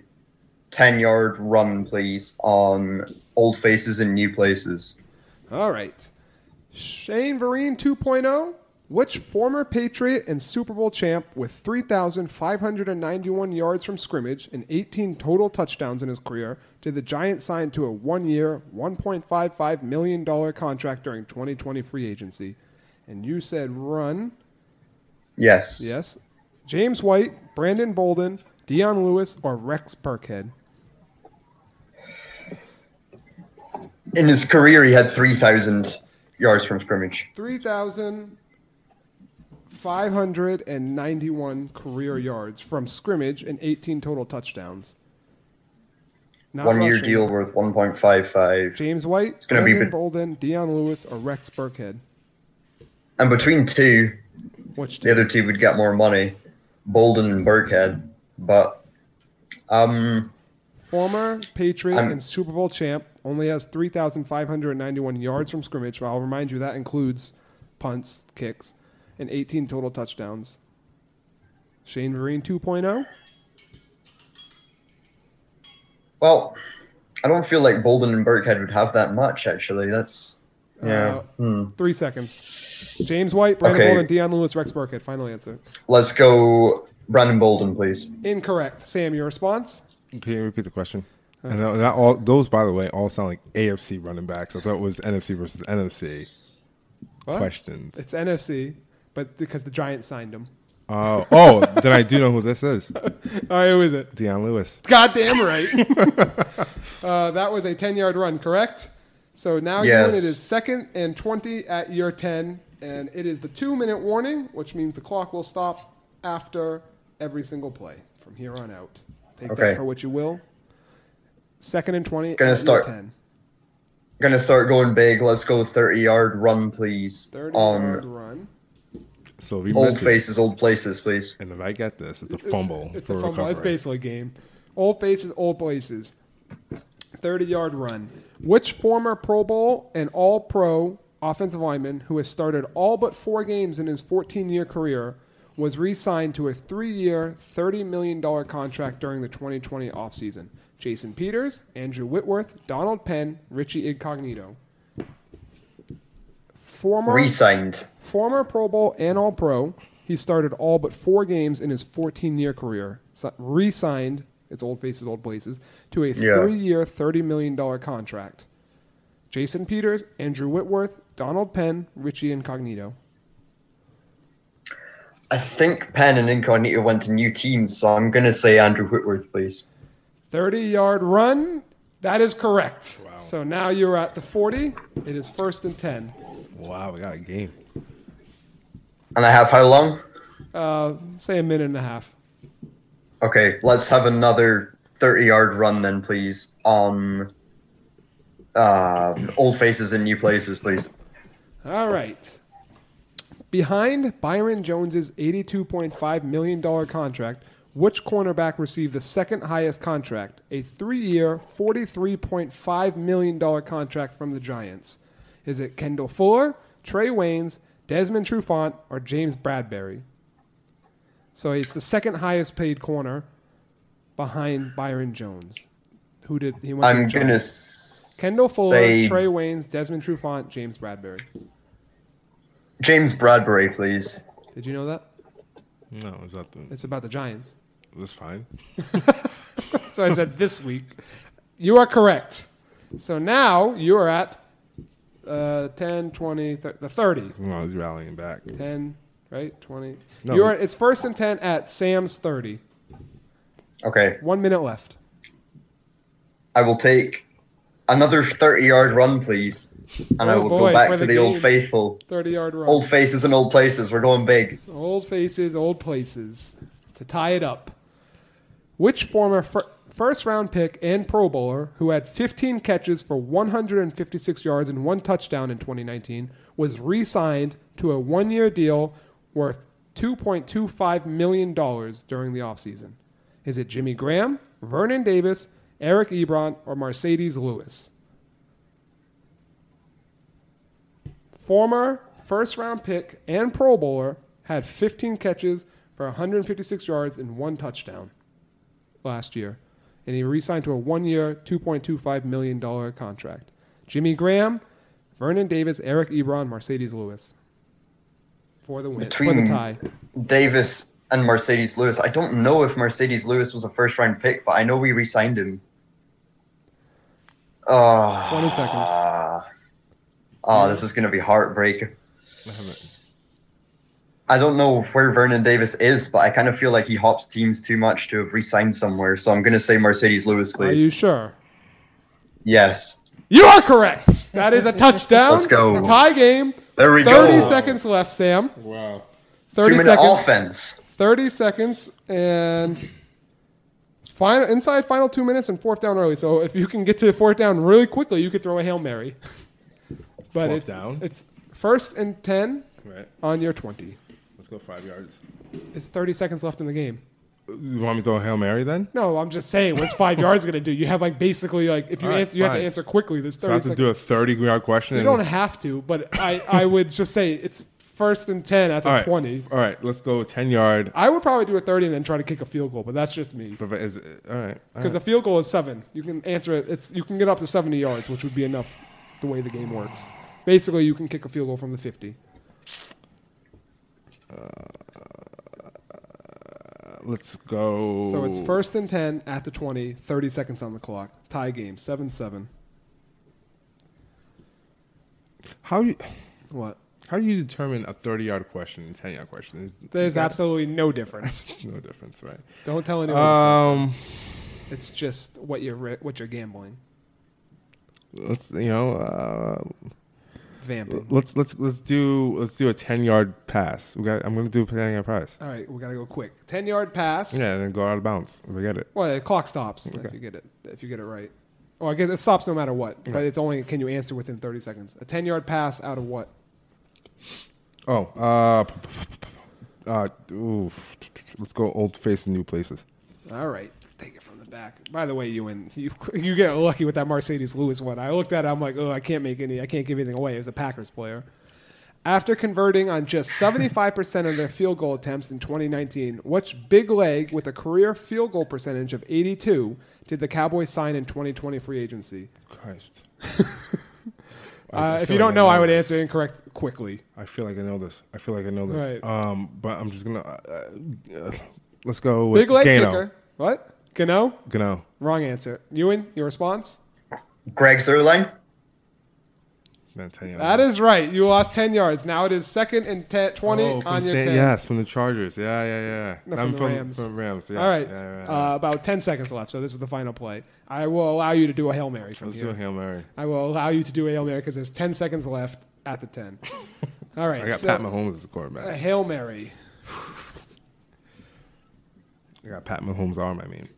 Speaker 5: 10 yard run, please, on old faces and new places.
Speaker 1: All right. Shane Vereen 2.0. Which former Patriot and Super Bowl champ with 3,591 yards from scrimmage and 18 total touchdowns in his career did the Giants sign to a one year, $1.55 million contract during 2020 free agency? And you said run.
Speaker 5: Yes.
Speaker 1: Yes. James White, Brandon Bolden, Dion Lewis, or Rex Burkhead?
Speaker 5: In his career, he had 3,000 yards from scrimmage.
Speaker 1: 3,591 career yards from scrimmage and 18 total touchdowns. Not
Speaker 5: One year
Speaker 1: rushing.
Speaker 5: deal worth 1.55.
Speaker 1: James White,
Speaker 5: gonna be
Speaker 1: Brandon
Speaker 5: bet-
Speaker 1: Bolden, Dion Lewis, or Rex Burkhead.
Speaker 5: And between two,
Speaker 1: Which
Speaker 5: the
Speaker 1: do
Speaker 5: other two would get more money Bolden and Burkhead. But um,
Speaker 1: former Patriot
Speaker 5: I'm-
Speaker 1: and Super Bowl champ only has 3,591 yards from scrimmage. But I'll remind you that includes punts, kicks, and 18 total touchdowns. Shane Vereen oh. 2.0.
Speaker 5: well, I don't feel like Bolden and Burkhead would have that much, actually. That's. Yeah. Hmm.
Speaker 1: Uh, Three seconds. James White, Brandon
Speaker 5: Okay.
Speaker 1: Bolden, Deion Lewis, Rex Burkhead. Final answer.
Speaker 5: Let's go Brandon Bolden, please.
Speaker 1: Incorrect. Sam, your response?
Speaker 4: Can you repeat the question?
Speaker 1: Uh-huh.
Speaker 4: And that, that all those, by the way, all sound like AFC running backs. I thought it was NFC versus NFC
Speaker 1: What?
Speaker 4: questions.
Speaker 1: It's NFC, but because the Giants signed him.
Speaker 4: Oh, oh, then I do know who this is.
Speaker 1: All right, who is it?
Speaker 4: Deion Lewis.
Speaker 1: Goddamn
Speaker 5: <laughs>
Speaker 1: right. uh, that was a 10 yard run, correct? So now
Speaker 5: Yes.
Speaker 1: you it is second and 20 at your 10, and it is the two minute warning, which means the clock will stop after every single play from here on out. Take
Speaker 5: Okay.
Speaker 1: that for what you will. Second and 20
Speaker 5: Gonna
Speaker 1: at
Speaker 5: start-
Speaker 1: your 10.
Speaker 5: Gonna start going big. Let's go 30 yard run, please.
Speaker 1: 30 yard
Speaker 5: On
Speaker 1: run.
Speaker 4: So if you
Speaker 5: old
Speaker 4: miss it,
Speaker 5: faces, old places, please.
Speaker 4: and if I get this, it's a fumble
Speaker 1: It's
Speaker 4: for
Speaker 1: a fumble. It's
Speaker 4: recovery.
Speaker 1: basically a game. Old faces, old places. 30 yard run. Which former Pro Bowl and All Pro offensive lineman who has started all but four games in his 14 year career was re signed to a three year, $30 million contract during the 2020 offseason? Jason Peters, Andrew Whitworth, Donald Penn, Richie Incognito. Former
Speaker 5: Resigned.
Speaker 1: Former Pro Bowl and All Pro, he started all but four games in his 14 year career, si- re signed, it's old faces, old places, to a
Speaker 5: Yeah.
Speaker 1: three year, $30 million contract. Jason Peters, Andrew Whitworth, Donald Penn, Richie Incognito.
Speaker 5: I think Penn and Incognito went to new teams, so I'm gonna say Andrew Whitworth, please.
Speaker 1: 30 yard run. That is correct. So now you're at the 40. It is first and 10.
Speaker 4: Wow, we got a game.
Speaker 5: And I have how long?
Speaker 1: Uh, say a minute and a half.
Speaker 5: Okay, let's have another 30 yard run then, please. On uh, old faces and new places, please.
Speaker 1: All right. Behind Byron Jones's $82.5 million contract, which cornerback received the second highest contract, a three year, $43.5 million contract from the Giants? Is it Kendall Fuller, Trey Waynes, Desmond Trufant, or James Bradbury? So it's the second highest paid corner behind Byron Jones. Who did he went to
Speaker 5: I'm
Speaker 1: the
Speaker 5: gonna
Speaker 1: Giants.
Speaker 5: s-
Speaker 1: Kendall Fuller,
Speaker 5: say
Speaker 1: Trey Waynes, Desmond Trufant, James Bradbury.
Speaker 5: James Bradbury, please.
Speaker 1: Did you know that?
Speaker 4: No, it's not. The,
Speaker 1: It's about the Giants.
Speaker 4: it's fine.
Speaker 1: So I said this week. You are correct. So now you are at uh, 10, 20, thir- the 30.
Speaker 4: When I was rallying back.
Speaker 1: 10, right? 20.
Speaker 4: No.
Speaker 1: You're, it's first and 10 at Sam's 30.
Speaker 5: Okay,
Speaker 1: One minute left.
Speaker 5: I will take another 30 yard run, please. And I
Speaker 1: Oh,
Speaker 5: will
Speaker 1: boy,
Speaker 5: go back
Speaker 1: for
Speaker 5: to
Speaker 1: the
Speaker 5: the, old
Speaker 1: game.
Speaker 5: faithful.
Speaker 1: 30 yard run.
Speaker 5: Old faces and old places. We're going big.
Speaker 1: Old faces, old places. To tie it up, which former fir- first round pick and Pro Bowler who had 15 catches for 156 yards and one touchdown in 2019 was re signed to a one year deal worth $2.25 million during the offseason? Is it Jimmy Graham, Vernon Davis, Eric Ebron, or Mercedes Lewis? former first round pick and Pro Bowler, had 15 catches for 156 yards and one touchdown last year. And he re signed to a one year, $2.25 million contract. Jimmy Graham, Vernon Davis, Eric Ebron, Mercedes Lewis for the win, for the
Speaker 5: Between-
Speaker 1: tie.
Speaker 5: Davis and Mercedes Lewis. I don't know if Mercedes Lewis was a first round pick, but I know we re signed him. Oh,
Speaker 1: 20 seconds.
Speaker 5: oh, this is going to be heartbreak.
Speaker 4: I haven't.
Speaker 5: I don't know where Vernon Davis is, but I kind of feel like he hops teams too much to have re signed somewhere. So I'm going to say Mercedes Lewis,
Speaker 1: Are
Speaker 5: please.
Speaker 1: you sure?
Speaker 5: yes.
Speaker 1: You are correct. That
Speaker 5: <laughs>
Speaker 1: is a touchdown.
Speaker 5: Let's go.
Speaker 1: Tie game.
Speaker 5: There we
Speaker 1: 30
Speaker 5: go.
Speaker 1: seconds left, Sam.
Speaker 4: Wow.
Speaker 1: 30
Speaker 5: Two minute
Speaker 1: seconds.
Speaker 5: offense.
Speaker 1: 30 seconds and final inside final two minutes and fourth down early. So if you can get to the fourth down really quickly, you could throw a hail mary. <laughs> but
Speaker 4: Fourth
Speaker 1: it's,
Speaker 4: down?
Speaker 1: it's first and ten
Speaker 4: Right.
Speaker 1: on your twenty.
Speaker 4: Let's go five yards.
Speaker 1: It's thirty seconds left in the game.
Speaker 4: You want me to throw a hail mary then?
Speaker 1: No, I'm just saying, what's five <laughs> yards going to do? You have like basically like if you
Speaker 4: All right,
Speaker 1: answer, you have to
Speaker 4: fine.
Speaker 1: answer quickly. There's
Speaker 4: So I
Speaker 1: thirty
Speaker 4: have to
Speaker 1: seconds.
Speaker 4: do a 30 yard question.
Speaker 1: you
Speaker 4: and-
Speaker 1: don't have to, but I I would just say it's first and ten after
Speaker 4: all right.
Speaker 1: twenty.
Speaker 4: All right. Let's go 10 yard.
Speaker 1: I would probably do a thirty and then try to kick a field goal, but that's just me.
Speaker 4: But is it- all right. all
Speaker 1: Because
Speaker 4: right.
Speaker 1: the field goal is seven. You can answer it. It's you can get up to seventy yards, which would be enough. The way the game works, basically, you can kick a field goal from the fifty.
Speaker 4: Let's go.
Speaker 1: So it's first and ten at the 20, 30 seconds on the clock. Tie game, seven seven.
Speaker 4: How you?
Speaker 1: What?
Speaker 4: How do you determine a 30 yard question and 10 yard question? There's,
Speaker 1: There's absolutely no
Speaker 4: <laughs>
Speaker 1: difference.
Speaker 4: no difference, right?
Speaker 1: Don't tell anyone.
Speaker 4: Um,
Speaker 1: it's just what you're ri- what you're gambling,
Speaker 4: let's you know, uh,
Speaker 1: vamping.
Speaker 4: let's let's let's do let's do a 10 yard pass. We got. I'm gonna do a 10 yard pass.
Speaker 1: All right, we gotta go quick. Ten yard pass.
Speaker 4: Uh, Yeah, and then go out of bounds. Forget it.
Speaker 1: Well, the clock stops if you get it if you get it right. Well, I guess it stops no matter what, but it's only can you answer within thirty seconds. A ten yard pass out of what?
Speaker 4: Oh, uh, p- p- p- p- uh, oof. Let's go old face and new places.
Speaker 1: All right, take it from the back. By the way, Ewan, <laughs> you you get lucky with that Mercedes Lewis one. I looked at it, I'm like, oh, I can't make any, I can't give anything away. It was a Packers player. After converting on just 75% of their field goal attempts in 2019, which big leg with a career field goal percentage of 82 did the Cowboys sign in 2020 free agency?
Speaker 4: Christ.
Speaker 1: Uh, if
Speaker 4: feel
Speaker 1: you don't
Speaker 4: like I
Speaker 1: know, I
Speaker 4: know
Speaker 1: would
Speaker 4: this.
Speaker 1: answer incorrect quickly.
Speaker 4: I feel like I know this. I feel like I know this.
Speaker 1: Right.
Speaker 4: Um, but I'm just gonna. Uh, uh, let's go with
Speaker 1: Big leg
Speaker 4: Gano.
Speaker 1: kicker. What? Gano?
Speaker 4: Gano.
Speaker 1: Wrong answer. Ewan, your response?
Speaker 5: Greg Zerline.
Speaker 4: That 10 yard.
Speaker 1: That is right. You lost 10 yards. Now it is second and 10, 20
Speaker 4: Oh, from
Speaker 1: on your
Speaker 4: San-
Speaker 1: 10.
Speaker 4: Yes, from the Chargers. Yeah, yeah, yeah.
Speaker 1: No,
Speaker 4: I'm
Speaker 1: from the Rams.
Speaker 4: From Rams. Yeah,
Speaker 1: All right.
Speaker 4: Yeah, yeah, yeah.
Speaker 1: Uh, about 10 seconds left, so this is the final play. I will allow you to do a Hail Mary from
Speaker 4: Let's do
Speaker 1: here.
Speaker 4: a hail mary.
Speaker 1: I will allow you to do a Hail Mary because there's 10 seconds left at the
Speaker 4: <laughs>
Speaker 1: 10. All right.
Speaker 4: I got
Speaker 1: so,
Speaker 4: Pat Mahomes as a
Speaker 1: A
Speaker 4: quarterback.
Speaker 1: Hail Mary.
Speaker 4: I got Pat Mahomes' arm. I mean,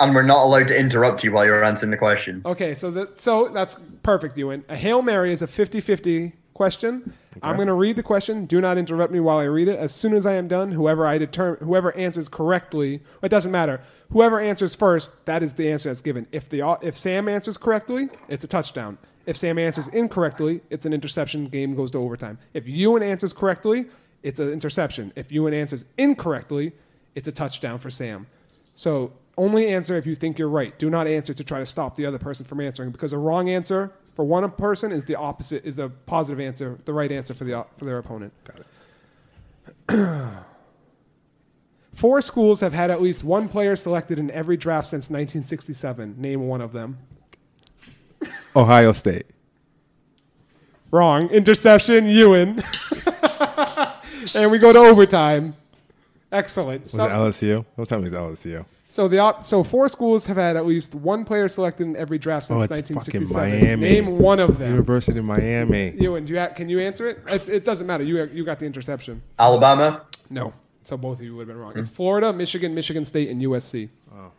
Speaker 5: And we're not allowed to interrupt you while you're answering the question.
Speaker 1: Okay, so that so that's perfect, Ewan. A Hail Mary is a 50-50 question. I'm going to read the question. Do not interrupt me while I read it. As soon as I am done, whoever I determine whoever answers correctly, it doesn't matter. Whoever answers first, that is the answer that's given. If the au- if Sam answers correctly, it's a touchdown. If Sam answers incorrectly, it's an interception. Game goes to overtime. If Ewan answers correctly, it's an interception. If Ewan answers incorrectly, it's a touchdown for Sam. So only answer if you think you're right. Do not answer to try to stop the other person from answering because a wrong answer for one person is the opposite is the positive answer, the right answer for the op- for their opponent. Got it. <clears throat> Four schools have had at least one player selected in every draft since 1967. Name one of them.
Speaker 4: Ohio State.
Speaker 1: Wrong. Interception, Ewan. <laughs> and we go to overtime. Excellent.
Speaker 4: Was
Speaker 1: Some-
Speaker 4: it LSU? Don't tell me it's LSU.
Speaker 1: So the op- so four schools have had at least one player selected in every draft since
Speaker 4: Oh, it's fucking
Speaker 1: 1967.
Speaker 4: Miami.
Speaker 1: Name one of them.
Speaker 4: University of Miami.
Speaker 1: Ewan, do you ha- can you answer it? It's, it doesn't matter. You you got the interception.
Speaker 5: Alabama.
Speaker 1: No. So both of you would have been wrong.
Speaker 4: Hmm.
Speaker 1: It's Florida, Michigan, Michigan State, and USC. Oh.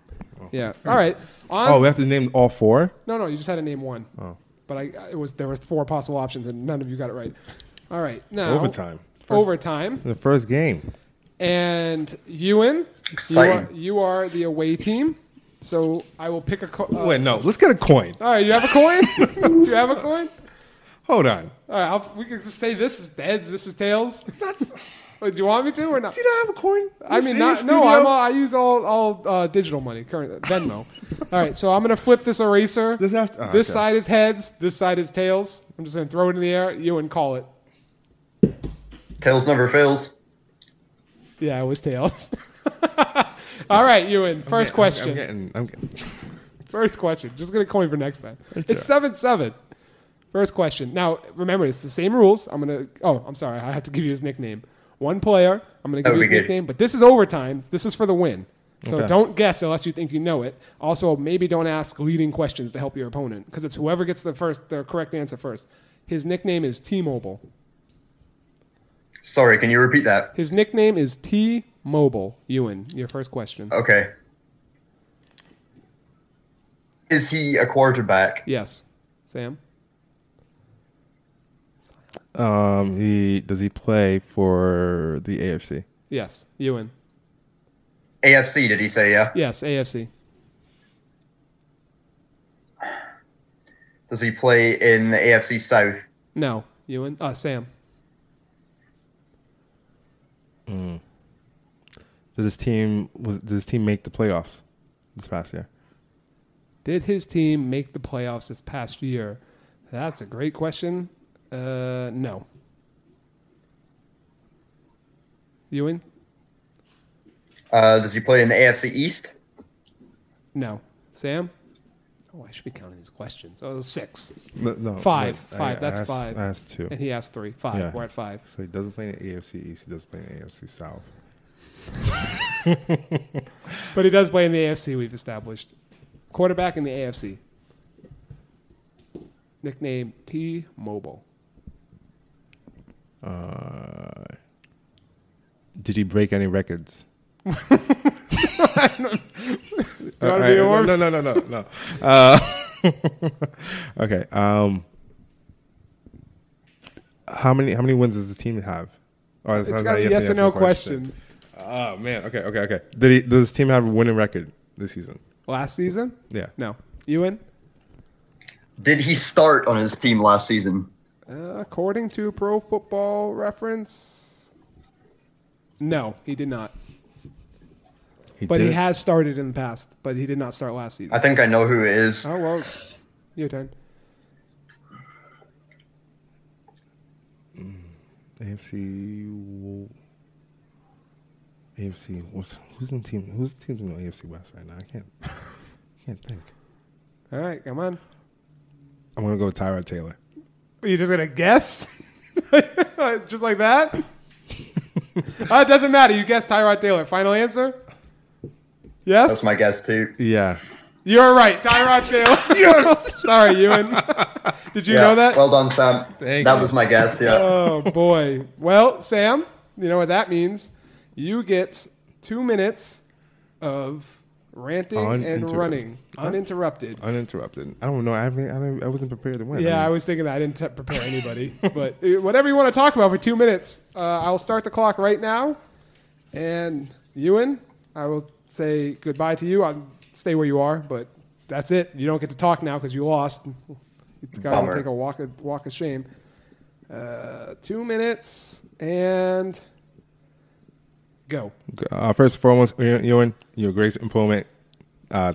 Speaker 1: Yeah. All right. On-
Speaker 4: Oh, we have to name all four?
Speaker 1: No, no, you just had to name one. Oh. But I, it was there was four possible options and none of you got it right. All right. Now
Speaker 4: Overtime. First-
Speaker 1: Overtime.
Speaker 4: The first game.
Speaker 1: And Ewan, you are,
Speaker 5: Exciting.
Speaker 1: you are the away team. So I will pick a co- uh,
Speaker 4: Wait, no. Let's get a coin.
Speaker 1: All right, you have a coin? <laughs> Do you have a coin?
Speaker 4: Hold on.
Speaker 1: All right, I'll, we can just say this is heads, this is
Speaker 4: <laughs>
Speaker 1: tails. <laughs> That's, do you want me to or not?
Speaker 4: Do you not have a coin?
Speaker 1: I mean, not, no, I'm all, I use all, all uh, digital money, current Venmo.
Speaker 4: <laughs>
Speaker 1: all right, so I'm going to flip this eraser.
Speaker 4: This has to- oh,
Speaker 1: This
Speaker 4: okay.
Speaker 1: side is heads, this side is tails. I'm just going to throw it in the air, Ewan, call it.
Speaker 5: Tails never fails.
Speaker 1: Yeah, it was tails. <laughs> all right, Ewan, first question.
Speaker 4: I'm getting, I'm getting,
Speaker 1: <laughs> First question. Just gonna coin for next time. It's seven seven. First question. Now remember, it's the same rules. I'm gonna. Oh, I'm sorry. I have to give you his nickname. One player. I'm gonna give
Speaker 5: That'd
Speaker 1: you his
Speaker 5: be good.
Speaker 1: nickname. But this is overtime. This is for the win. So
Speaker 4: Okay.
Speaker 1: don't guess unless you think you know it. Also, maybe don't ask leading questions to help your opponent because it's whoever gets the first, the correct answer first. His nickname is T-Mobile.
Speaker 5: Sorry, can you repeat that?
Speaker 1: His nickname is T-Mobile. Ewan, your first question.
Speaker 5: Okay. Is he a quarterback?
Speaker 1: Yes, Sam.
Speaker 4: um, he, does he play for the AFC?
Speaker 1: Yes, Ewan.
Speaker 5: AFC, did he say, yeah?
Speaker 1: Yes, AFC.
Speaker 5: Does he play in the AFC South?
Speaker 1: No, Ewan. Uh, Sam.
Speaker 4: Did his team was did his team make the playoffs this past year?
Speaker 1: Did his team make the playoffs this past year? That's a great question. Uh, no. Ewan?
Speaker 5: Uh, does he play in the AFC East?
Speaker 1: No. Sam? Oh, I should be counting these questions. Oh, six.
Speaker 4: No, no
Speaker 1: Five.
Speaker 4: wait, I-
Speaker 1: Five,
Speaker 4: I
Speaker 1: that's
Speaker 4: asked-
Speaker 1: five.
Speaker 4: I asked two.
Speaker 1: And he asked three. Five.
Speaker 4: Yeah.
Speaker 1: We're at five.
Speaker 4: So he doesn't play in the AFC East. He does play in the AFC South.
Speaker 1: But he does play in the AFC, we've established. Quarterback in the AFC. Nickname T Mobile.
Speaker 4: Uh, did he break
Speaker 1: <laughs>
Speaker 4: any records?
Speaker 1: wanna
Speaker 4: Uh,
Speaker 1: be
Speaker 4: I- no,
Speaker 1: worse?
Speaker 4: No, no, no, no,
Speaker 1: <laughs>
Speaker 4: no. Uh, <laughs> okay. Um, how many how many wins does this team have? Oh, that's
Speaker 1: It's
Speaker 4: not
Speaker 1: got a
Speaker 4: a
Speaker 1: yes, or no question.
Speaker 4: Oh man. Okay. Okay. Okay. Did he, does this team have a winning record this season?
Speaker 1: Last season?
Speaker 4: Yeah.
Speaker 1: No. Ewan?
Speaker 5: Did he start on his team last season?
Speaker 1: Uh, according to Pro Football Reference, no, he did not. But he
Speaker 4: did?
Speaker 1: has started in the past, but he did not start last
Speaker 5: I
Speaker 1: season.
Speaker 5: think I know who it is.
Speaker 1: Oh well, your turn.
Speaker 4: AFC. wo- AFC. What's, who's in team? Who's the teams in the AFC West right now? I can't. can't think.
Speaker 1: All right, come on.
Speaker 4: I'm gonna go with
Speaker 1: <laughs>
Speaker 4: Tyrod Taylor.
Speaker 1: Are you just gonna guess, <laughs> just like that? uh, it doesn't matter. You guessed Tyrod Taylor. Final answer. Yes,
Speaker 5: That's my guess, too.
Speaker 4: Yeah.
Speaker 1: you're right. Tyrod Taylor. yes. <laughs> Sorry, Ewan. did you
Speaker 5: yeah.
Speaker 1: know that?
Speaker 5: Well done, Sam.
Speaker 4: Thank
Speaker 5: that
Speaker 4: you.
Speaker 5: was my guess, yeah.
Speaker 1: oh boy. Well, Sam, you know what that means. You get two minutes of ranting and
Speaker 4: Uninterrupted.
Speaker 1: running, uninterrupted.
Speaker 4: Uninterrupted. I don't know. I mean, I, don't- I wasn't prepared to win.
Speaker 1: Yeah, I
Speaker 4: mean,
Speaker 1: was thinking that. I didn't t- prepare anybody, but uh, whatever you want to talk about for two minutes, uh, I'll start the clock right now. And Ewan, I will say goodbye to you. I'll stay where you are, but that's it. You don't get to talk now because you lost. You got to
Speaker 5: Bummer.
Speaker 1: take a walk of, walk of shame. Uh, two minutes and go.
Speaker 4: Uh, first and foremost, Ewan, your great improvement. Uh,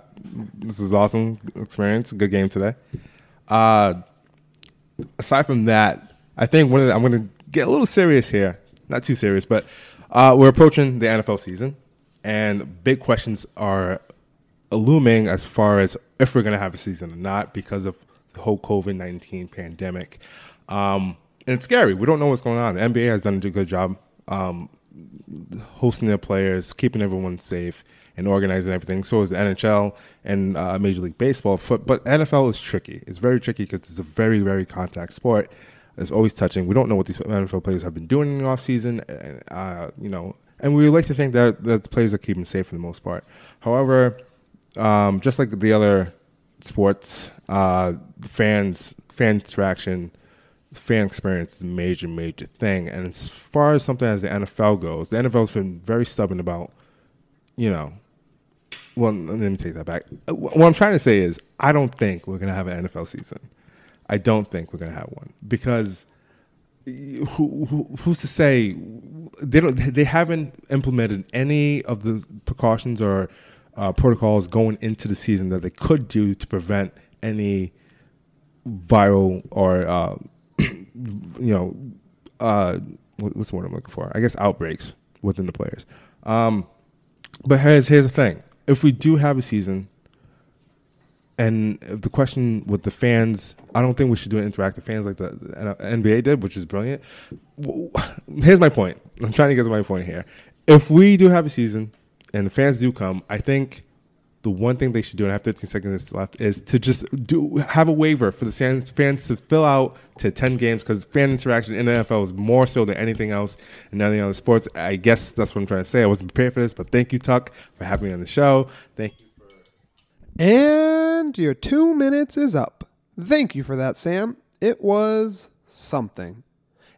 Speaker 4: this was awesome experience. Good game today. Uh, aside from that, I think one of the, I'm going to get a little serious here. Not too serious, but uh, we're approaching the NFL season, and big questions are looming as far as if we're going to have a season or not because of the whole COVID nineteen pandemic. Um, and it's scary. We don't know what's going on. The NBA has done a good job um, hosting their players, keeping everyone safe, and organizing everything. So is the NHL and uh, Major League Baseball. Foot, but NFL is tricky. It's very tricky because it's a very, very contact sport. It's always touching. We don't know what these NFL players have been doing in the offseason, and, uh, you know, and we like to think that, that the players are keeping safe for the most part. However, um, just like the other sports, uh, fans, fan interaction, fan experience is a major, major thing. And as far as something as the NFL goes, the NFL's been very stubborn about, you know, well, let me take that back. Uh, wh- What I'm trying to say is, I don't think we're going to have an NFL season. I don't think we're going to have one because who, who, who's to say they don't they haven't implemented any of the precautions or uh, protocols going into the season that they could do to prevent any viral or uh, <clears throat> you know uh, what- what's the word I'm looking for? I guess outbreaks within the players. Um, but here's here's the thing: if we do have a season, and if the question with the fans, I don't think we should do an interactive fans like the the NBA did, which is brilliant. W- Here's my point. I'm trying to get to my point here. If we do have a season and the fans do come, I think the one thing they should do, and I have 13 seconds left, is to just do have a waiver for the fans, fans to fill out to 10 games because fan interaction in the NFL is more so than anything else and any other sports. I guess that's what I'm trying to say. I wasn't prepared for this, but thank you, Tuck, for having me on the show. Thank you.
Speaker 1: And your two minutes is up. Thank you for that, Sam. It was something.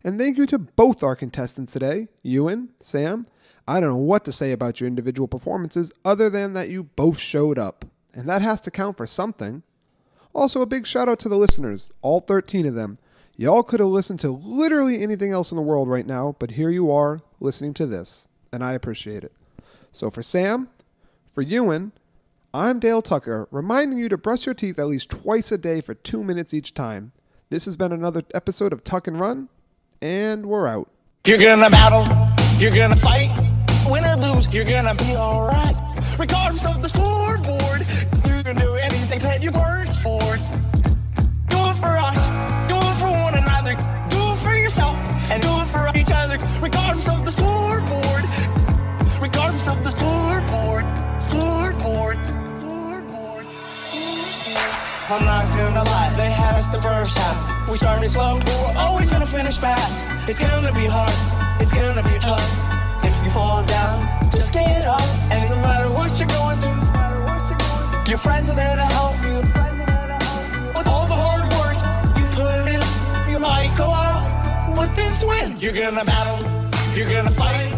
Speaker 1: And thank you to both our contestants today, Ewan, Sam. I don't know what to say about your individual performances other than that you both showed up. And that has to count for something. Also, a big shout out to the listeners, all 13 of them. Y'all could have listened to literally anything else in the world right now, but here you are listening to this, and I appreciate it. So, for Sam, for Ewan, I'm Dale Tucker, reminding you to brush your teeth at least twice a day for two minutes each time. This has been another episode of Tuck and Run, and we're out.
Speaker 3: You're gonna battle, you're gonna fight. Win or lose, you're gonna be alright. Regardless of the scoreboard, you can do anything that you worked for. Do it for us, do it for one another, do it for yourself, and do it for each other. Regardless of the scoreboard, regardless of the scoreboard, scoreboard, scoreboard. I'm not gonna lie, they had us the first half. We started slow, but we're always gonna finish fast. It's gonna be hard, it's gonna be tough. If you fall down, just get up. And no matter what you're going through, your friends are there to help you. With all the hard work you put in, you might go out with this win. You're gonna battle, you're gonna fight.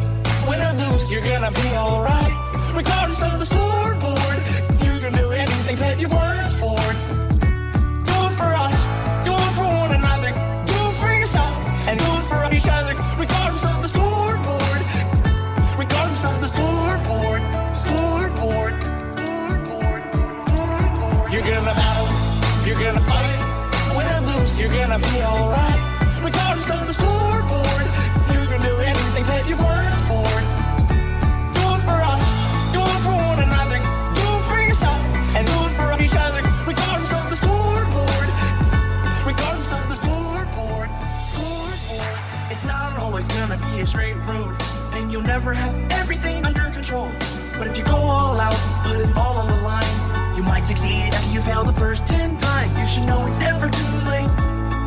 Speaker 3: Win or lose, you're gonna be alright. Regardless of the scoreboard, you can do anything that you work for. Do it for us, do it for one another, do it for yourself, and do it for each other, regardless of the scoreboard. Regardless of the scoreboard, scoreboard, scoreboard, scoreboard. You're gonna battle, you're gonna fight, win or lose, you're gonna be alright. Regardless of the scoreboard, you can do anything that you work for. Do it for us, do it for one another, do it for yourself, and do it for each other, regardless of the scoreboard, regardless of the scoreboard, scoreboard. It's not always gonna be a straight road, and you'll never have everything under control. But if you go all out, put it all on the line, you might succeed after you fail the first ten times. You should know it's never too late.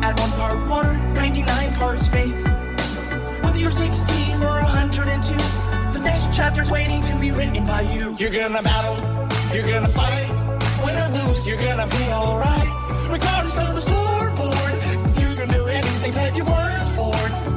Speaker 3: At one part water, 99 parts faith. Whether you're 16 or 102, the next chapter's waiting to be written by you. You're gonna battle, you're gonna fight. Win or lose, you're gonna be alright. Regardless of the scoreboard, you can do anything that you work for.